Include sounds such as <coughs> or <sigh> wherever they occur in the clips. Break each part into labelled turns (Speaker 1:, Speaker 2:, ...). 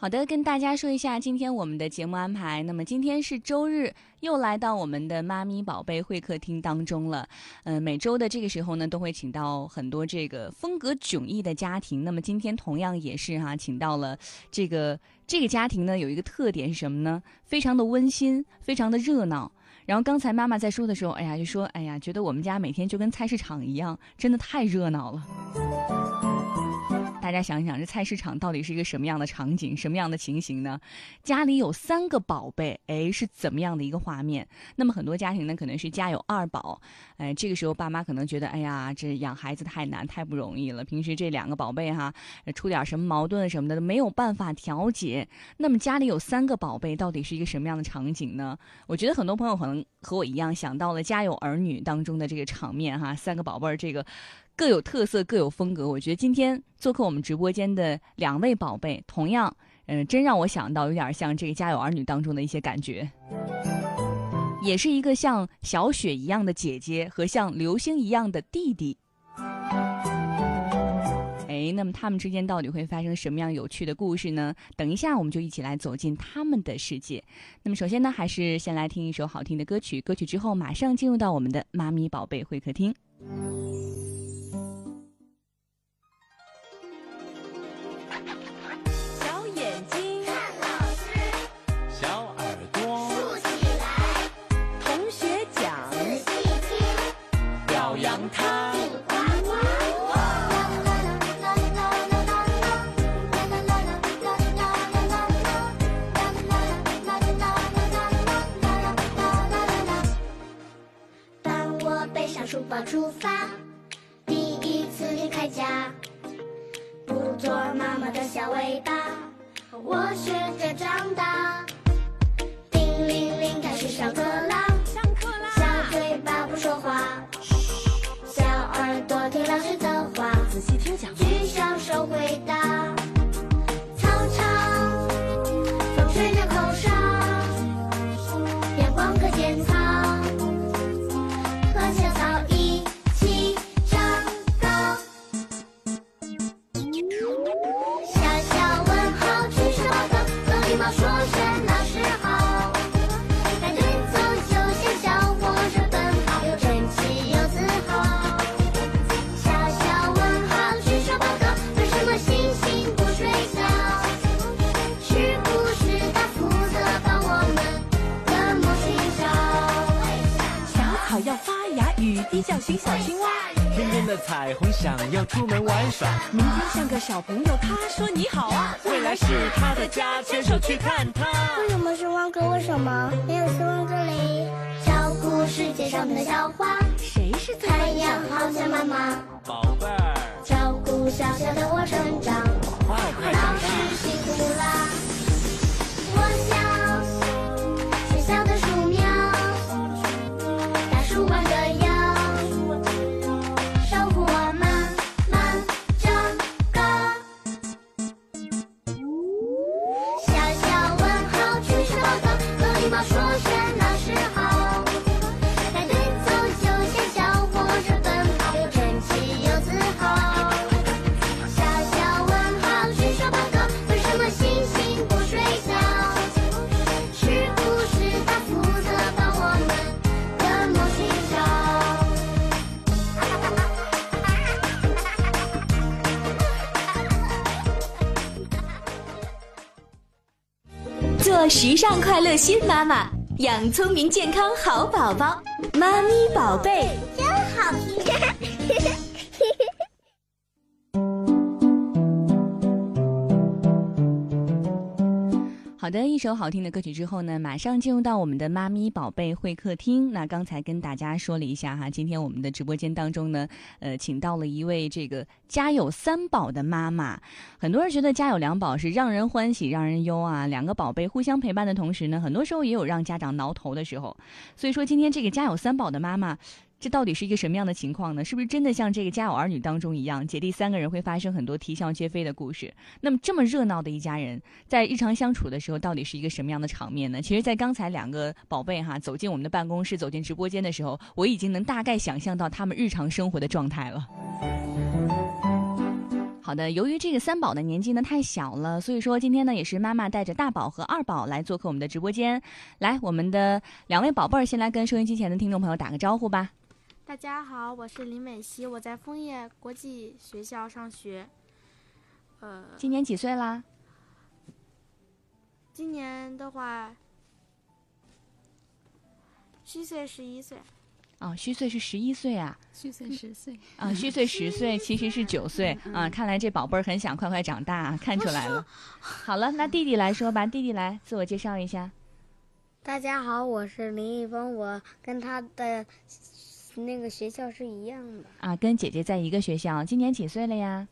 Speaker 1: 好的，跟大家说一下今天我们的节目安排。那么今天是周日，又来到我们的妈咪宝贝会客厅当中了。呃，每周的这个时候呢，都会请到很多这个风格迥异的家庭。那么今天同样也是哈、请到了这个这个家庭呢，有一个特点是什么呢？非常的温馨，非常的热闹。然后刚才妈妈在说的时候，哎呀，就说哎呀，觉得我们家每天就跟菜市场一样，真的太热闹了。大家想一想，这菜市场到底是一个什么样的场景，什么样的情形呢？家里有三个宝贝，哎，是怎么样的一个画面？那么很多家庭呢，可能是家有二宝，哎，这个时候爸妈可能觉得，哎呀，这养孩子太难，太不容易了。平时这两个宝贝哈，呃出点什么矛盾什么的，没有办法调解。那么家里有三个宝贝，到底是一个什么样的场景呢？我觉得很多朋友可能和我一样想到了《家有儿女》当中的这个场面哈，三个宝贝儿这个各有特色，各有风格。我觉得今天做客我们直播间的两位宝贝，同样，嗯、真让我想到有点像这个《家有儿女》当中的一些感觉。也是一个像小雪一样的姐姐和像流星一样的弟弟。哎，那么他们之间到底会发生什么样有趣的故事呢？等一下，我们就一起来走进他们的世界。那么，首先呢，还是先来听一首好听的歌曲，歌曲之后马上进入到我们的妈咪宝贝会客厅。
Speaker 2: 小眼睛，
Speaker 3: 小耳朵，
Speaker 2: 同学讲，
Speaker 3: 表扬他，
Speaker 4: 当我背上书包出发，第一次离开家，不做妈妈的小尾巴，我学着长大。叮铃铃，开始上课啦，
Speaker 2: 上课
Speaker 4: 小
Speaker 2: 啦，
Speaker 4: 嘴巴不说话，小耳朵听老师的话，
Speaker 2: 仔细听讲，
Speaker 4: 举小手回答。操场，风吹着口哨，阳光和健操，和小草一起长高。小小问号，举手报告，和礼貌说声老师好。排队走，休闲小火车奔跑，又整齐又自豪。小小问号，举手报告，为什么星星不睡觉？是不是它负责把我们的梦寻找？
Speaker 2: 小草要发芽，雨滴叫醒小青蛙。
Speaker 3: 天边的彩虹想要出门玩耍，
Speaker 2: 明天像个小朋友，他说你好啊。
Speaker 3: 未来是他的家，牵手去看他。
Speaker 4: 为什么是汪哥？为什么没有是汪哥嘞？照顾世界上的小花，
Speaker 2: 谁是最
Speaker 4: 太阳好像妈妈，
Speaker 3: 宝贝儿，
Speaker 4: 照顾小小的我成长。
Speaker 3: 快快
Speaker 4: 老
Speaker 3: 长
Speaker 4: 师
Speaker 3: 大。
Speaker 4: 辛苦啦！我想学校的树苗，大树弯着腰，守护我慢慢长高。小小问号，举手报告，和礼貌说声老师好。排队走，休闲小火车奔跑，又整齐又自豪。小小问号，举手报告，为什么星星不睡觉？是不是它负责帮我们的梦寻找？
Speaker 5: 做时尚快乐新妈妈，养聪明健康好宝宝，妈咪宝贝。
Speaker 4: 好听。
Speaker 1: 好的，一首好听的歌曲之后呢，马上进入到我们的妈咪宝贝会客厅。那刚才跟大家说了一下哈，今天我们的直播间当中呢，呃，请到了一位这个家有三宝的妈妈。很多人觉得家有两宝是让人欢喜让人忧啊，两个宝贝互相陪伴的同时呢，很多时候也有让家长挠头的时候。所以说，今天这个家有三宝的妈妈。这到底是一个什么样的情况呢？是不是真的像这个《家有儿女》当中一样，姐弟三个人会发生很多啼笑皆非的故事？那么这么热闹的一家人，在日常相处的时候，到底是一个什么样的场面呢？其实，在刚才两个宝贝哈走进我们的办公室、走进直播间的时候，我已经能大概想象到他们日常生活的状态了。好的，由于这个三宝的年纪呢太小了，所以说今天呢也是妈妈带着大宝和二宝来做客我们的直播间。来，我们的两位宝贝儿先来跟收音机前的听众朋友打个招呼吧。
Speaker 6: 大家好，我是林美希，我在枫叶国际学校上学。呃，
Speaker 1: 今年几岁啦？
Speaker 6: 今年的话，虚岁十一岁，
Speaker 1: 啊、虚岁是十一岁啊。
Speaker 7: 虚岁十岁，
Speaker 1: 啊，虚岁十岁，其实是九岁
Speaker 4: 嗯
Speaker 1: 啊！看来这宝贝儿很想快快长大、啊，看出来了。好了，那弟弟来说吧，弟弟来自我介绍一下。
Speaker 4: 大家好，我是林一峰，我跟他的那个学校是一样的。
Speaker 1: 啊，跟姐姐在一个学校，今年几岁了呀？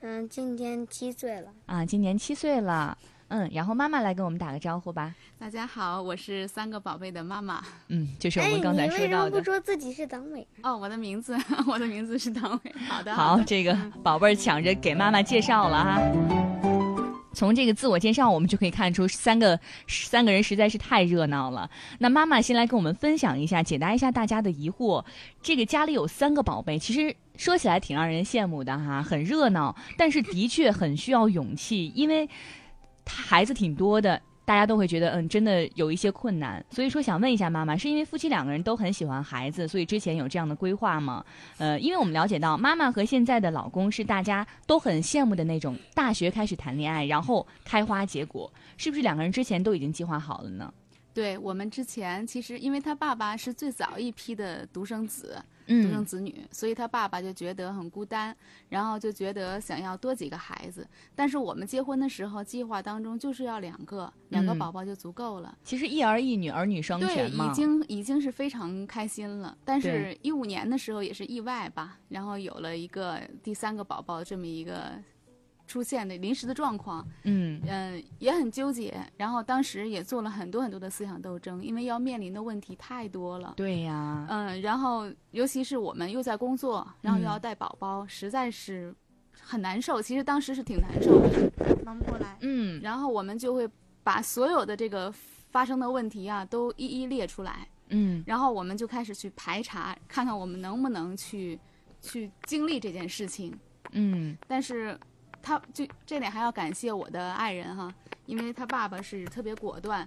Speaker 4: 嗯，今年七岁了。
Speaker 1: 啊，今年七岁了。嗯，然后妈妈来跟我们打个招呼吧。
Speaker 7: 大家好，我是三个宝贝的妈妈。
Speaker 1: 嗯，就是我们刚才
Speaker 4: 哎，你
Speaker 1: 说
Speaker 4: 为什
Speaker 1: 到
Speaker 4: 么
Speaker 1: 的
Speaker 4: 不。说自己是党委？
Speaker 7: 哦，我的名字， <laughs> 我的名字是唐伟。好的，
Speaker 1: 好，
Speaker 7: 的嗯
Speaker 1: 这个宝贝儿抢着给妈妈介绍了哈。从这个自我介绍，我们就可以看出三个三个人实在是太热闹了。那妈妈先来跟我们分享一下，解答一下大家的疑惑。这个家里有三个宝贝，其实说起来挺让人羡慕的哈，很热闹，但是的确很需要勇气，因为他孩子挺多的。大家都会觉得，嗯，真的有一些困难，所以说想问一下妈妈，是因为夫妻两个人都很喜欢孩子，所以之前有这样的规划吗？呃，因为我们了解到，妈妈和现在的老公是大家都很羡慕的那种，大学开始谈恋爱，然后开花结果，是不是两个人之前都已经计划好了呢？
Speaker 7: 对我们之前其实，因为他爸爸是最早一批的独生子，独生
Speaker 1: 嗯，
Speaker 7: 子女，所以他爸爸就觉得很孤单，然后就觉得想要多几个孩子。但是我们结婚的时候，计划当中就是要两个，两个
Speaker 1: 嗯
Speaker 7: 宝宝就足够了。
Speaker 1: 其实一儿一女，儿女双
Speaker 7: 对，
Speaker 1: 全嘛。
Speaker 7: 已经已经是非常开心了。但
Speaker 1: 对
Speaker 7: 是，一五年的时候也是意外吧，然后有了一个第三个宝宝这么一个出现的临时的状况，
Speaker 1: 嗯
Speaker 7: 嗯、也很纠结。然后当时也做了很多很多的思想斗争，因为要面临的问题太多了。
Speaker 1: 对呀、
Speaker 7: 嗯，然后尤其是我们又在工作，然后又
Speaker 1: 嗯
Speaker 7: 要带宝宝，实在是很难受。其实当时是挺难受的。
Speaker 6: 忙不过来。
Speaker 1: 嗯，
Speaker 7: 然后我们就会把所有的这个发生的问题啊，都一一列出来。
Speaker 1: 嗯，
Speaker 7: 然后我们就开始去排查，看看我们能不能去去经历这件事情。
Speaker 1: 嗯，
Speaker 7: 但是，他就这点还要感谢我的爱人哈，因为他爸爸是特别果断，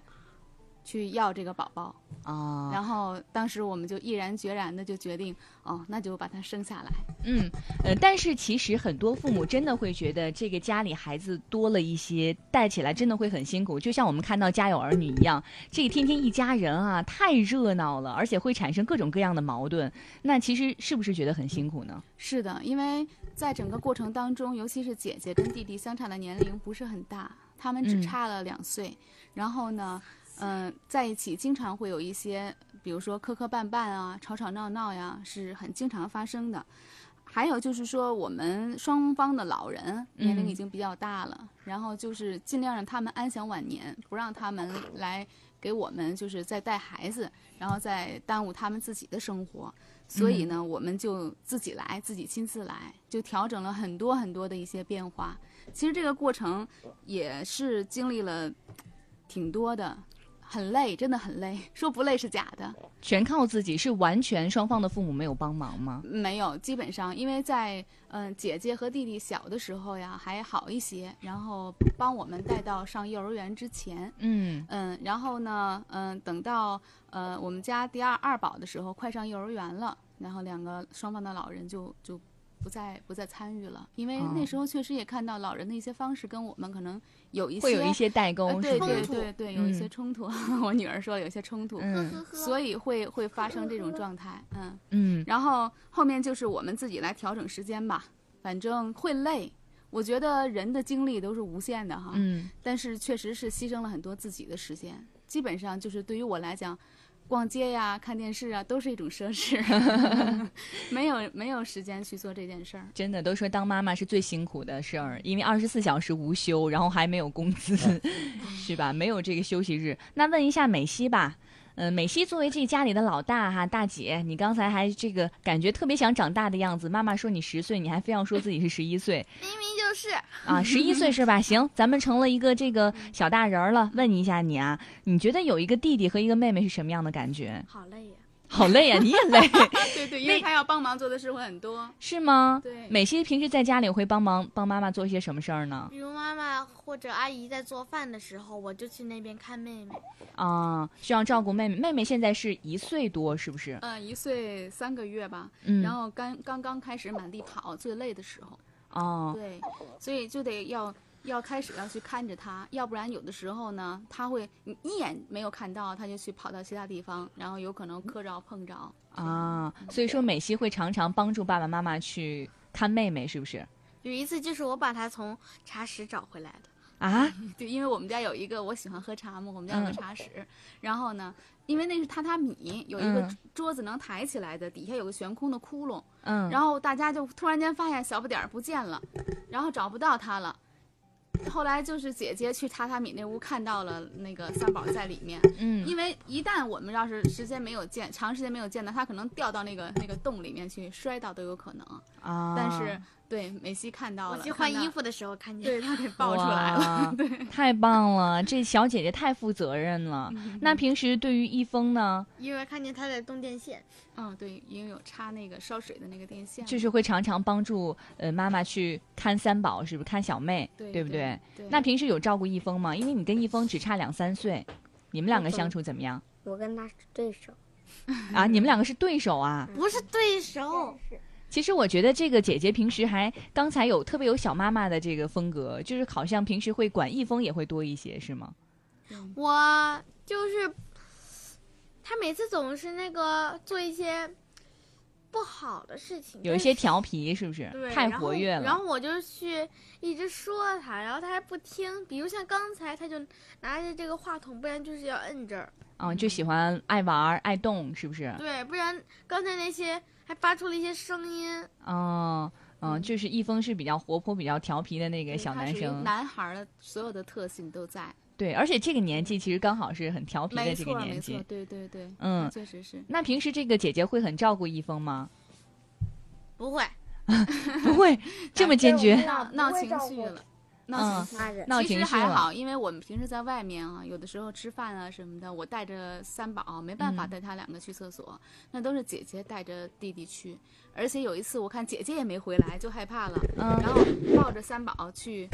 Speaker 7: 去要这个宝宝。
Speaker 1: 啊，
Speaker 7: 然后当时我们就毅然决然的就决定，哦，那就把他生下来。
Speaker 1: 嗯，呃，但是其实很多父母真的会觉得这个家里孩子多了一些，带起来真的会很辛苦。就像我们看到《家有儿女》一样，这天天一家人啊，太热闹了，而且会产生各种各样的矛盾。那其实是不是觉得很辛苦呢？
Speaker 7: 是的，因为在整个过程当中，尤其是姐姐跟弟弟相差的年龄不是很大，他们
Speaker 1: 嗯
Speaker 7: 只差了两岁。然后呢，嗯、在一起经常会有一些，比如说磕磕绊绊啊、吵吵闹闹呀，是很经常发生的。还有就是说，我们双方的老人年龄已
Speaker 1: 嗯
Speaker 7: 经比较大了，然后就是尽量让他们安享晚年，不让他们来给我们就是再带孩子，然后再耽误他们自己的生活。所以呢，我们就自己来，自己亲自来，就调整了很多很多的一些变化。其实这个过程也是经历了挺多的，很累，真的很累。说不累是假的，
Speaker 1: 全靠自己，是完全双方的父母没有帮忙吗？
Speaker 7: 没有，基本上因为在嗯、姐姐和弟弟小的时候呀还好一些，然后帮我们带到上幼儿园之前，
Speaker 1: 嗯
Speaker 7: 嗯，然后呢，嗯，等到呃我们家第二二宝的时候，快上幼儿园了，然后两个双方的老人就就不再不再参与了，因为
Speaker 1: 哦
Speaker 7: 那时候确实也看到老人的一些方式跟我们可能有一些
Speaker 1: 会有一些代沟，
Speaker 7: 呃对
Speaker 1: 是不
Speaker 7: 对
Speaker 1: 是？
Speaker 7: 对对，有一些
Speaker 1: 嗯
Speaker 7: 冲突。 <laughs> 我女儿说有一些冲突，
Speaker 1: 嗯
Speaker 7: 所以会会发生这种状态，嗯。
Speaker 1: 嗯
Speaker 7: 然后后面就是我们自己来调整时间吧，反正会累。我觉得人的精力都是无限的哈，
Speaker 1: 嗯
Speaker 7: 但是确实是牺牲了很多自己的时间。基本上就是对于我来讲，逛街呀、看电视啊，都是一种奢
Speaker 1: <laughs>
Speaker 7: 侈， <laughs> 没有没有时间去做这件事儿。
Speaker 1: 真的都说当妈妈是最辛苦的事儿，因为二十四小时无休，然后还没有工资， <laughs> 是吧？没有这个休息日。那问一下美西吧，呃，美西作为这家里的老大哈，大姐，你刚才还这个感觉特别想长大的样子，妈妈说你十岁，你还非要说自己是十一岁
Speaker 6: 明明就是
Speaker 1: 啊，十一岁是吧？行，咱们成了一个这个小大人儿了。问一下你啊，你觉得有一个弟弟和一个妹妹是什么样的感觉？
Speaker 6: 好累呀、
Speaker 1: 好累啊呀、你也累
Speaker 7: 对对，因为他要帮忙做的事会很多。
Speaker 1: 是吗？
Speaker 7: 对
Speaker 1: 美西平时在家里会帮忙帮妈妈做一些什么事儿呢？
Speaker 6: 比如妈妈或者阿姨在做饭的时候，我就去那边看妹妹。
Speaker 1: 啊，需要照顾妹妹。妹妹现在是一岁多，是不是？
Speaker 7: 嗯、一岁三个月吧，
Speaker 1: 嗯，
Speaker 7: 然后刚刚刚开始满地跑，最累的时候，
Speaker 1: 哦，
Speaker 7: 对，所以就得要要开始要去看着他，要不然有的时候呢，他会你一眼没有看到，他就去跑到其他地方，然后有可能磕着碰着。 <laughs>
Speaker 1: 啊，所以说美西会常常帮助爸爸妈妈去看妹妹，是不是？
Speaker 6: 有一次就是我把它从茶室找回来的。
Speaker 1: 啊，
Speaker 7: 对，因为我们家有一个，我喜欢喝茶嘛，我们家有个
Speaker 1: 嗯
Speaker 7: 茶室。然后呢，因为那是榻榻米，有一个
Speaker 1: 嗯
Speaker 7: 桌子能抬起来的，底下有个悬空的窟窿。
Speaker 1: 嗯，
Speaker 7: 然后大家就突然间发现小不点儿不见了，然后找不到他了。后来就是姐姐去榻榻米那屋看到了那个三宝在里面，
Speaker 1: 嗯
Speaker 7: 因为一旦我们要是时间没有见，长时间没有见到，他可能掉到那个那个洞里面去，摔到都有可能。
Speaker 1: 啊，
Speaker 7: 但是、对美西看到
Speaker 6: 我
Speaker 7: 了，
Speaker 6: 去换
Speaker 7: 看到
Speaker 6: 衣，服的时候看见。
Speaker 7: 对他
Speaker 1: <laughs>
Speaker 7: 给抱出来了。
Speaker 1: 了，太棒了，这小姐姐太负责任
Speaker 7: 嗯
Speaker 1: 了。那平时对于一峰呢，
Speaker 6: 因为看见他在动电线，
Speaker 7: 嗯，对，因为有插那个烧水的那个电线，
Speaker 1: 就是会常常帮助呃妈妈去看三宝，是不是看小妹，
Speaker 7: 对
Speaker 1: 不
Speaker 7: 对？对
Speaker 1: 那平时有照顾一峰吗？因为你跟一峰只差两三岁，你们两个相处怎么
Speaker 7: <laughs>
Speaker 1: 样
Speaker 4: 我跟他是对手，
Speaker 1: 啊？你们两个是对手啊？
Speaker 6: 不是对手，
Speaker 1: 其实我觉得这个姐姐平时还刚才有特别有小妈妈的这个风格，就是好像平时会管一峰也会多一些，是吗？
Speaker 6: 我就是他每次总是那个做一些不好的事情，
Speaker 1: 有一些调皮，是不是？
Speaker 6: 对，
Speaker 1: 太
Speaker 6: 然后
Speaker 1: 活跃了。
Speaker 6: 然后我就去一直说他，然后他还不听。比如像刚才，他就拿着这个话筒，不然就是要摁这儿。
Speaker 1: 嗯，就喜欢爱玩儿爱动，是不是？
Speaker 6: 对，不然刚才那些还发出了一些声音。
Speaker 1: 嗯嗯，就是一峰是比较活泼、比较调皮的那个
Speaker 7: 对
Speaker 1: 小
Speaker 7: 他
Speaker 1: 男
Speaker 7: 属于
Speaker 1: 生。
Speaker 7: 男孩儿的所有的特性都在，
Speaker 1: 对，而且这个年纪其实刚好是很调皮的
Speaker 7: 没
Speaker 1: 这个
Speaker 7: 错
Speaker 1: 年
Speaker 7: 没错
Speaker 1: 纪，。
Speaker 7: 对对对，
Speaker 1: 嗯
Speaker 7: 确实是。
Speaker 1: 那平时这个姐姐会很照顾一峰
Speaker 7: <laughs>
Speaker 1: 吗？
Speaker 6: 不会，
Speaker 1: 不会，这么坚决。
Speaker 7: 闹闹情绪了，闹
Speaker 1: 嗯
Speaker 7: 情绪。
Speaker 4: 那人
Speaker 1: 闹
Speaker 7: 其
Speaker 1: 情
Speaker 7: 实
Speaker 1: 绪
Speaker 7: 还
Speaker 1: 了，
Speaker 7: 好，因为我们平时在外面啊，有的时候吃饭啊什么的，我带着三宝，没办法
Speaker 1: 嗯
Speaker 7: 带他两个去厕所，那都是姐姐带着弟弟去。而且有一次，我看姐姐也没回来，就害怕了，
Speaker 1: 嗯
Speaker 7: 然后抱着三宝去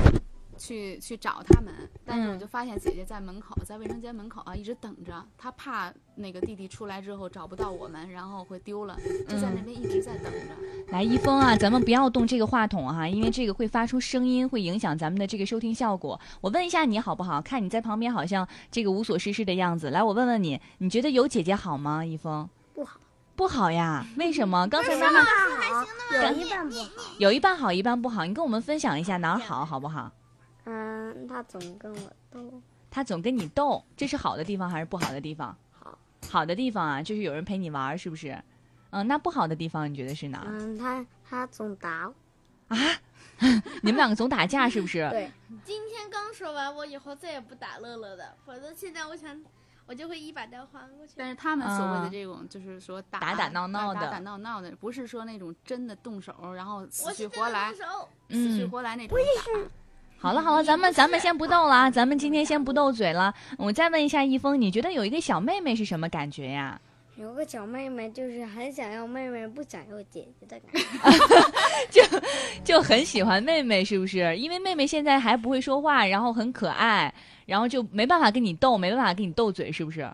Speaker 7: 去去找他们，但是我
Speaker 1: 嗯
Speaker 7: 就发现姐姐在门口，在卫生间门口啊，一直等着，她怕那个弟弟出来之后找不到我们，然后会丢了，就
Speaker 1: 嗯
Speaker 7: 在那边一直在等着。
Speaker 1: 来一峰啊，咱们不要动这个话筒哈、因为这个会发出声音，会影响咱们的这个收听效果。我问一下你好不好？看你在旁边好像这个无所事事的样子，来，我问问你，你觉得有姐姐好吗？一峰
Speaker 4: 不好，
Speaker 1: 不好呀，为什么？刚才妈妈
Speaker 4: 好，有一半不好。
Speaker 1: 有一半好，一半不好，你跟我们分享一下哪儿好，好不好？
Speaker 4: 嗯，他总跟我斗，
Speaker 1: 他总跟你斗，这是好的地方还是不好的地方？
Speaker 4: 好，
Speaker 1: 好的地方啊，就是有人陪你玩儿，是不是？嗯，那不好的地方你觉得是哪儿？
Speaker 4: 嗯，他他总打我，
Speaker 1: 你们两个总打架是不是？
Speaker 4: <laughs> 对，
Speaker 6: 今天刚说完，我以后再也不打乐乐的，否则现在我想，我就会一把刀还过去。
Speaker 7: 但是他们所谓
Speaker 1: 啊
Speaker 7: 的这种，就是说打
Speaker 1: 打打闹闹的
Speaker 7: 打打闹闹的，不是说那种真的动手，然后死
Speaker 6: 我
Speaker 7: 去
Speaker 6: 是
Speaker 7: 活来，
Speaker 6: 真的动手
Speaker 7: 死去
Speaker 1: 嗯
Speaker 7: 活来那种打。
Speaker 1: 好了好了，咱们咱们先不斗了啊，咱们今天先不斗嘴了。我再问一下一峰，你觉得有一个小妹妹是什么感觉呀？
Speaker 4: 有个小妹妹，就是很想要妹妹，不想要姐姐的感 <laughs> 觉。
Speaker 1: 就很喜欢妹妹，是不是？因为妹妹现在还不会说话，然后很可爱，然后就没办法跟你斗，没办法跟你斗嘴，是不是？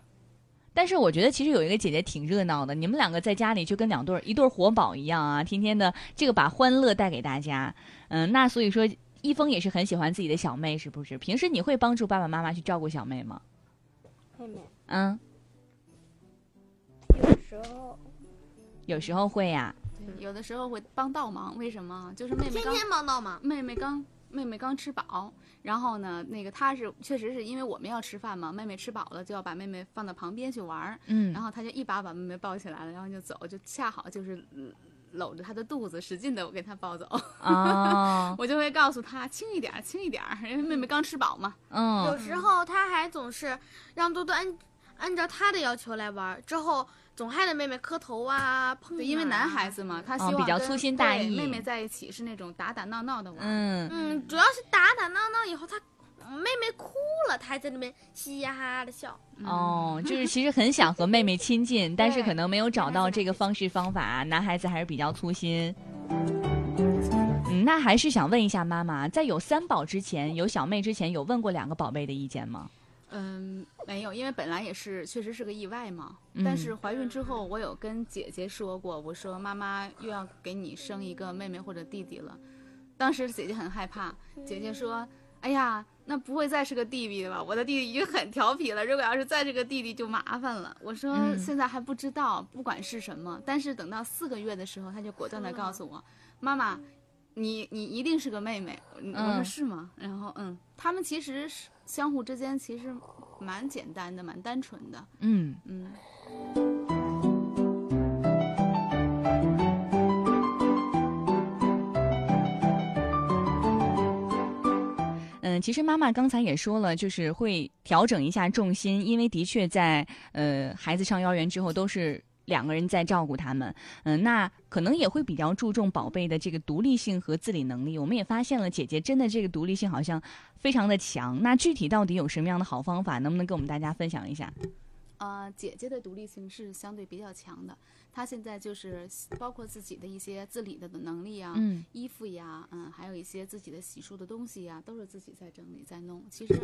Speaker 1: 但是我觉得其实有一个姐姐挺热闹的，你们两个在家里就跟两对儿一对儿活宝一样啊，天天的这个把欢乐带给大家。嗯，那所以说一峰也是很喜欢自己的小妹，是不是？平时你会帮助爸爸妈妈去照顾小妹吗？
Speaker 4: 妹妹
Speaker 1: 嗯，
Speaker 4: 有时候
Speaker 1: 有时候会呀、
Speaker 7: 对有的时候会帮倒忙，为什么？就是妹妹
Speaker 6: 天
Speaker 7: 刚
Speaker 6: 天忙到忙。
Speaker 7: 妹妹刚妹妹刚吃饱，然后呢，那个她是确实是因为我们要吃饭嘛，妹妹吃饱了就要把妹妹放到旁边去玩儿，
Speaker 1: 嗯，
Speaker 7: 然后她就一把把妹妹抱起来了，然后就走，就恰好就是嗯搂着她的肚子，使劲的我给她抱走， <laughs>
Speaker 1: 哦，
Speaker 7: 我就会告诉她轻一点儿，轻一点儿，因为妹妹刚吃饱嘛。
Speaker 1: 嗯
Speaker 6: 有时候他还总是让多多按按照他的要求来玩儿，之后总害得妹妹磕头啊、碰啊。
Speaker 7: 对，因为男孩子嘛，他希望、
Speaker 1: 嗯哦比较粗心大意
Speaker 7: 妹妹在一起是那种打打闹闹的玩。
Speaker 1: 嗯，
Speaker 6: 嗯，主要是打打闹闹以后，他妹妹哭了，他还在那边嘻嘻哈哈的笑。
Speaker 1: 哦，就是其实很想和妹妹亲近，但是可能没有找到这个方式方法，啊男孩子还是比较粗心。嗯，那还是想问一下妈妈，在有三宝之前，有小妹之前，有问过两个宝贝的意见吗？
Speaker 7: 嗯，没有，因为本来也是确实是个意外嘛。
Speaker 1: 嗯
Speaker 7: 但是怀孕之后，我有跟姐姐说过，我说妈妈又要给你生一个妹妹或者弟弟了。当时姐姐很害怕，姐姐说：“哎呀，那不会再是个弟弟了吧？我的弟弟已经很调皮了，如果要是再是个弟弟就麻烦了。”我说：“
Speaker 1: 嗯
Speaker 7: 现在还不知道，不管是什么。”但是等到四个月的时候，她就果断的告诉我：“妈妈，你你一定是个妹妹。”我说：“
Speaker 1: 嗯
Speaker 7: 是吗？”然后嗯，他们其实是相互之间其实蛮简单的，蛮单纯的。
Speaker 1: 嗯，
Speaker 7: 嗯，
Speaker 1: 嗯，其实妈妈刚才也说了，就是会调整一下重心，因为的确在呃孩子上幼儿园之后都是。两个人在照顾他们，嗯、那可能也会比较注重宝贝的这个独立性和自理能力。我们也发现了，姐姐真的这个独立性好像非常的强。那具体到底有什么样的好方法，能不能跟我们大家分享一下？
Speaker 7: 呃，姐姐的独立性是相对比较强的，她现在就是包括自己的一些自理的能力啊，
Speaker 1: 嗯
Speaker 7: 衣服呀，嗯，还有一些自己的洗漱的东西呀，都是自己在整理在弄。其实，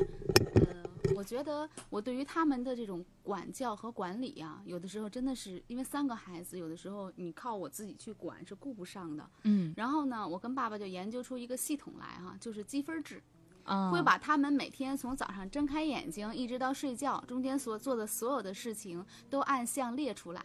Speaker 7: 呃，我觉得我对于他们的这种管教和管理呀，有的时候真的是因为三个孩子，有的时候你靠我自己去管是顾不上的。
Speaker 1: 嗯
Speaker 7: 然后呢，我跟爸爸就研究出一个系统来哈、就是积分制。
Speaker 1: 啊
Speaker 7: 会把他们每天从早上睁开眼睛一直到睡觉中间所做的所有的事情都按项列出来，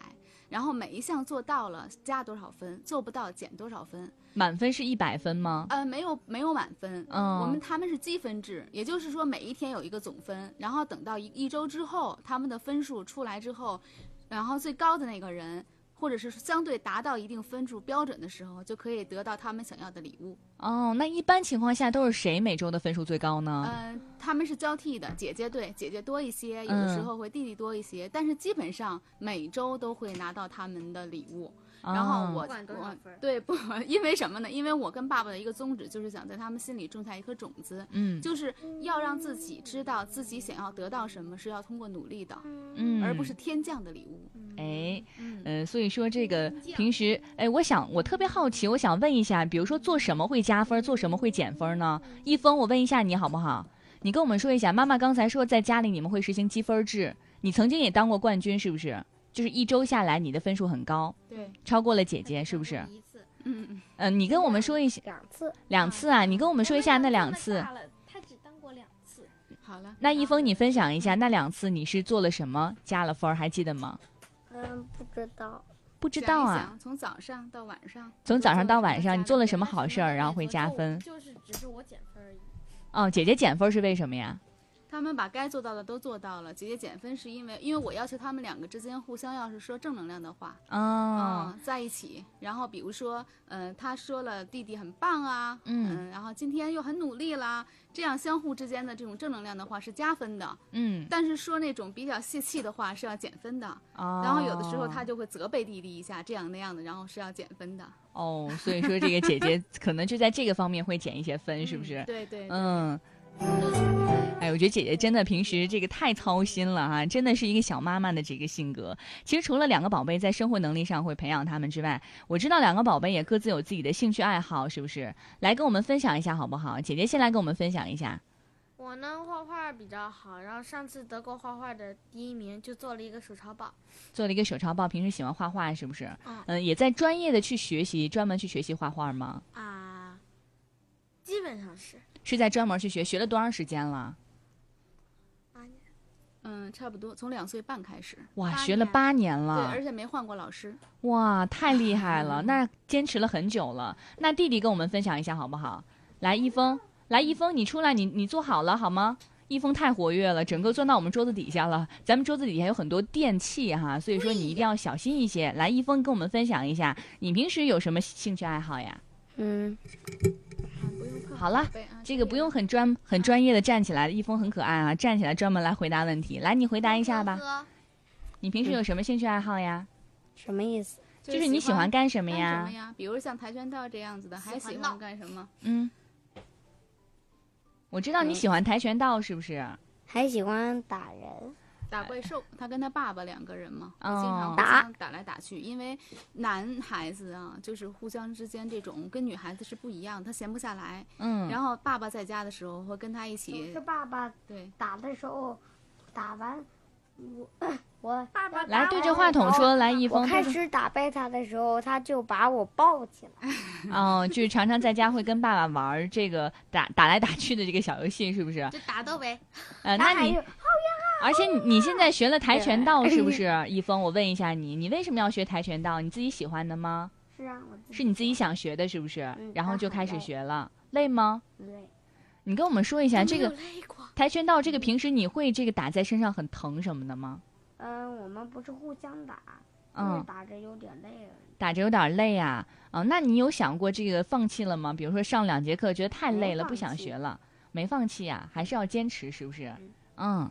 Speaker 7: 然后每一项做到了加多少分，做不到减多少分。
Speaker 1: 满分是一百分吗？
Speaker 7: 呃，没有没有满分，
Speaker 1: 嗯
Speaker 7: 我们他们是积分制，也就是说每一天有一个总分，然后等到一一周之后，他们的分数出来之后，然后最高的那个人。或者是相对达到一定分数标准的时候，就可以得到他们想要的礼物。
Speaker 1: 哦，那一般情况下都是谁每周的分数最高呢？
Speaker 7: 嗯，他们是交替的，姐姐对姐姐多一些，有的时候会弟弟多一些，但是基本上每周都会拿到他们的礼物。然后我
Speaker 1: 哦
Speaker 6: 管多少分
Speaker 7: 我
Speaker 6: 儿
Speaker 7: 对不， <laughs> 因为什么呢？因为我跟爸爸的一个宗旨就是想在他们心里种下一颗种子，
Speaker 1: 嗯
Speaker 7: 就是要让自己知道自己想要得到什么是要通过努力的，
Speaker 1: 嗯，
Speaker 7: 而不是天降的礼物。
Speaker 1: 哎。
Speaker 7: 嗯，
Speaker 1: 呃，所以说这个平时，哎，我想我特别好奇，我想问一下，比如说做什么会加分，做什么会减分呢？一峰，我问一下你好不好？你跟我们说一下，妈妈刚才说在家里你们会实行积分制，你曾经也当过冠军是不是？就是一周下来你的分数很高，
Speaker 7: 对，
Speaker 1: 超过了姐姐是不是？嗯、
Speaker 7: 嗯嗯，
Speaker 1: 你跟我们说一下
Speaker 4: 两次。
Speaker 1: 两次啊，你跟我们说一下那两次。
Speaker 6: 他只当过两次，
Speaker 7: 好了，
Speaker 1: 那一峰，你分享一下那两次你是做了什么，加了分儿，还记得吗？
Speaker 4: 嗯，不知道。
Speaker 1: 不知道
Speaker 7: 想一
Speaker 1: 啊，
Speaker 7: 想，从早上到晚上，
Speaker 1: 从早上到晚上
Speaker 7: 都
Speaker 1: 你
Speaker 7: 做
Speaker 1: 做
Speaker 7: 了
Speaker 1: 了什么好事儿，然后会加分。
Speaker 8: 就是只是我减分而已。
Speaker 1: 哦，姐姐减分是为什么呀？
Speaker 7: 他们把该做到的都做到了。姐姐减分是因为，因为我要求他们两个之间互相要是说正能量的话，
Speaker 1: 哦，
Speaker 7: 嗯，在一起。然后比如说，嗯、他说了弟弟很棒啊，
Speaker 1: 嗯
Speaker 7: 然后今天又很努力啦，这样相互之间的这种正能量的话是加分的。
Speaker 1: 嗯，
Speaker 7: 但是说那种比较泄气的话是要减分的。
Speaker 1: 哦，
Speaker 7: 然后有的时候他就会责备弟弟一下，这样那样的，然后是要减分的，
Speaker 1: 哦，所以说这个姐
Speaker 7: <laughs>
Speaker 1: 姐可能就在这个方面会减一些分，是不是
Speaker 7: 嗯？对对，对
Speaker 1: 嗯。哎，我觉得姐姐真的平时这个太操心了哈、真的是一个小妈妈的这个性格。其实除了两个宝贝在生活能力上会培养他们之外，我知道两个宝贝也各自有自己的兴趣爱好，是不是？来跟我们分享一下好不好？姐姐先来跟我们分享一下。
Speaker 9: 我呢画画比较好，然后上次德国画画的第一名就做了一个手抄报。
Speaker 1: 做了一个手抄报，平时喜欢画画是不是？
Speaker 9: 嗯
Speaker 1: 也在专业的去学习，专门去学习画画吗？
Speaker 9: 啊，基本上是
Speaker 1: 是在专门去学，学了多长时间了？
Speaker 7: 嗯，差不多从两岁半开始，
Speaker 1: 哇，
Speaker 9: 八
Speaker 1: 学了
Speaker 9: 年
Speaker 1: 八年
Speaker 7: 对，
Speaker 1: 了
Speaker 7: 而，且没换过老师。
Speaker 1: 哇，太厉
Speaker 9: <laughs>
Speaker 1: 害了！那坚持了很久了。那弟弟跟我们分享一下好不好？来，一峰，来，一峰，你出来，你你坐好了好吗？一峰太活跃了，整个钻到我们桌子底下了。咱们桌子底下有很多电器哈，所以说你一定要小心一些。来，一峰跟我们分享一下，你平时有什么兴趣爱好呀？
Speaker 4: 嗯，
Speaker 7: 嗯
Speaker 1: 好了，
Speaker 7: 对啊，
Speaker 1: 这个不用很专很专业的站起来，一峰很可爱啊，站起来专门来回答问题。来，你回答一下吧。
Speaker 6: 吧。
Speaker 1: 你平时有什么兴趣爱好呀？
Speaker 4: 什么意思？
Speaker 1: 就是你喜欢干什么
Speaker 7: 干
Speaker 1: 呀
Speaker 7: 什么？呀？比如像�跆拳道这样子的，还喜欢干什么？
Speaker 1: 嗯，我知道你喜欢跆拳道，是不是？
Speaker 4: 还喜欢打人，<laughs>
Speaker 7: 打怪兽，他跟他爸爸两个人嘛，
Speaker 1: 哦
Speaker 7: 经常互
Speaker 4: 打
Speaker 7: 相打来打去。因为男孩子啊，就是互相之间这种跟女孩子是不一样，他闲不下来。
Speaker 1: 嗯，
Speaker 7: 然后爸爸在家的时候会跟他一
Speaker 4: 总
Speaker 7: 起
Speaker 4: 是，爸爸
Speaker 7: 对，
Speaker 4: 打的时候，打完我 <coughs> 我
Speaker 9: 爸爸
Speaker 1: 来对着话筒说，来一
Speaker 4: 我
Speaker 1: 峰，
Speaker 4: 开
Speaker 1: 对着
Speaker 4: 始打败他的时候，他就把我抱起来，
Speaker 1: 哦，就是常常在家会跟爸爸玩儿这个打打来打去的这个小游戏，是不是？
Speaker 9: 就打斗呗。
Speaker 1: 呃，
Speaker 4: 他
Speaker 1: 那
Speaker 4: 还
Speaker 1: 你
Speaker 4: 有
Speaker 1: 而且你你现在学了跆拳道是不是？一峰，我问一下你，你为什么要学跆拳道？你自己喜欢的吗？
Speaker 4: 是让我
Speaker 1: 是你自己想学的，是不是
Speaker 4: 嗯？
Speaker 1: 然后
Speaker 4: 它
Speaker 1: 就
Speaker 4: 很
Speaker 1: 开始
Speaker 4: 累
Speaker 1: 学了，累吗？
Speaker 4: 累，
Speaker 1: 你跟我们说一下
Speaker 6: 嗯
Speaker 1: 这个
Speaker 9: 都没有累过，
Speaker 1: 跆拳道，这个平时你会这个打在身上很疼什么的吗？
Speaker 4: 嗯，我们不是互相打，就是
Speaker 1: 嗯，
Speaker 4: 打着有点累了。
Speaker 1: 打着有点累啊。啊，那你有想过这个放弃了吗？比如说上两节课觉得太
Speaker 4: 没
Speaker 1: 累了，
Speaker 4: 放
Speaker 1: 不想
Speaker 4: 弃
Speaker 1: 学了，没放弃呀、还是要坚持，是不是？嗯。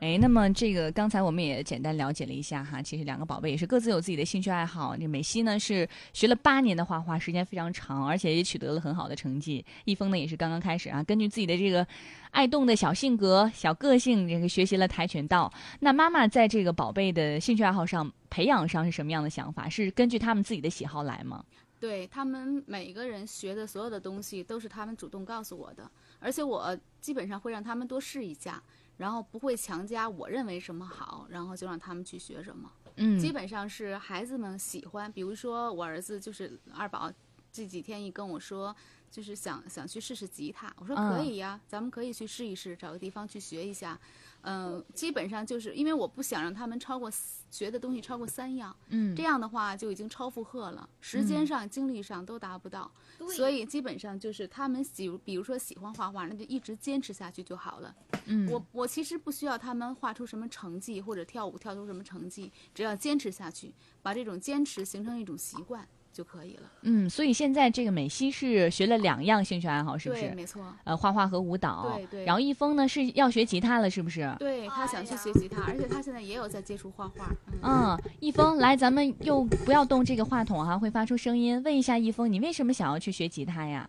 Speaker 1: 哎，那么这个刚才我们也简单了解了一下哈，其实两个宝贝也是各自有自己的兴趣爱好。这美西呢是学了八年的画画，时间非常长，而且也取得了很好的成绩。一峰呢也是刚刚开始啊，根据自己的这个爱动的小性格、小个性，这个学习了跆拳道。那妈妈在这个宝贝的兴趣爱好上培养上是什么样的想法？是根据他们自己的喜好来吗？
Speaker 7: 对他们每个人学的所有的东西都是他们主动告诉我的，而且我基本上会让他们多试一下，然后不会强加我认为什么好，然后就让他们去学什么。
Speaker 1: 嗯
Speaker 7: 基本上是孩子们喜欢，比如说我儿子就是二宝，这几天一跟我说，就是想想去试试吉他，我说
Speaker 1: 嗯
Speaker 7: 可以呀、咱们可以去试一试，找个地方去学一下。嗯、基本上就是因为我不想让他们超过四学的东西超过三样，
Speaker 1: 嗯
Speaker 7: 这样的话就已经超负荷了，时
Speaker 1: 嗯
Speaker 7: 间上、精力上都达不到。所以基本上就是他们喜，比如说喜欢画画，那就一直坚持下去就好了。
Speaker 1: 嗯
Speaker 7: 我我其实不需要他们画出什么成绩，或者跳舞跳出什么成绩，只要坚持下去，把这种坚持形成一种习惯就可以了。
Speaker 1: 嗯，所以现在这个美西是学了两样兴趣爱好，是不
Speaker 7: 对，
Speaker 1: 是？
Speaker 7: 没错。
Speaker 1: 呃，画画和舞蹈。
Speaker 7: 对对
Speaker 1: 然后一峰呢是要学吉他了，是不是？
Speaker 7: 对他想
Speaker 1: 哎
Speaker 7: 去学吉他，而且他现在也有在接触画画。嗯，
Speaker 1: 嗯，一峰，来，咱们又不要动这个话筒哈、啊会发出声音。问一下一峰，你为什么想要去学吉他呀？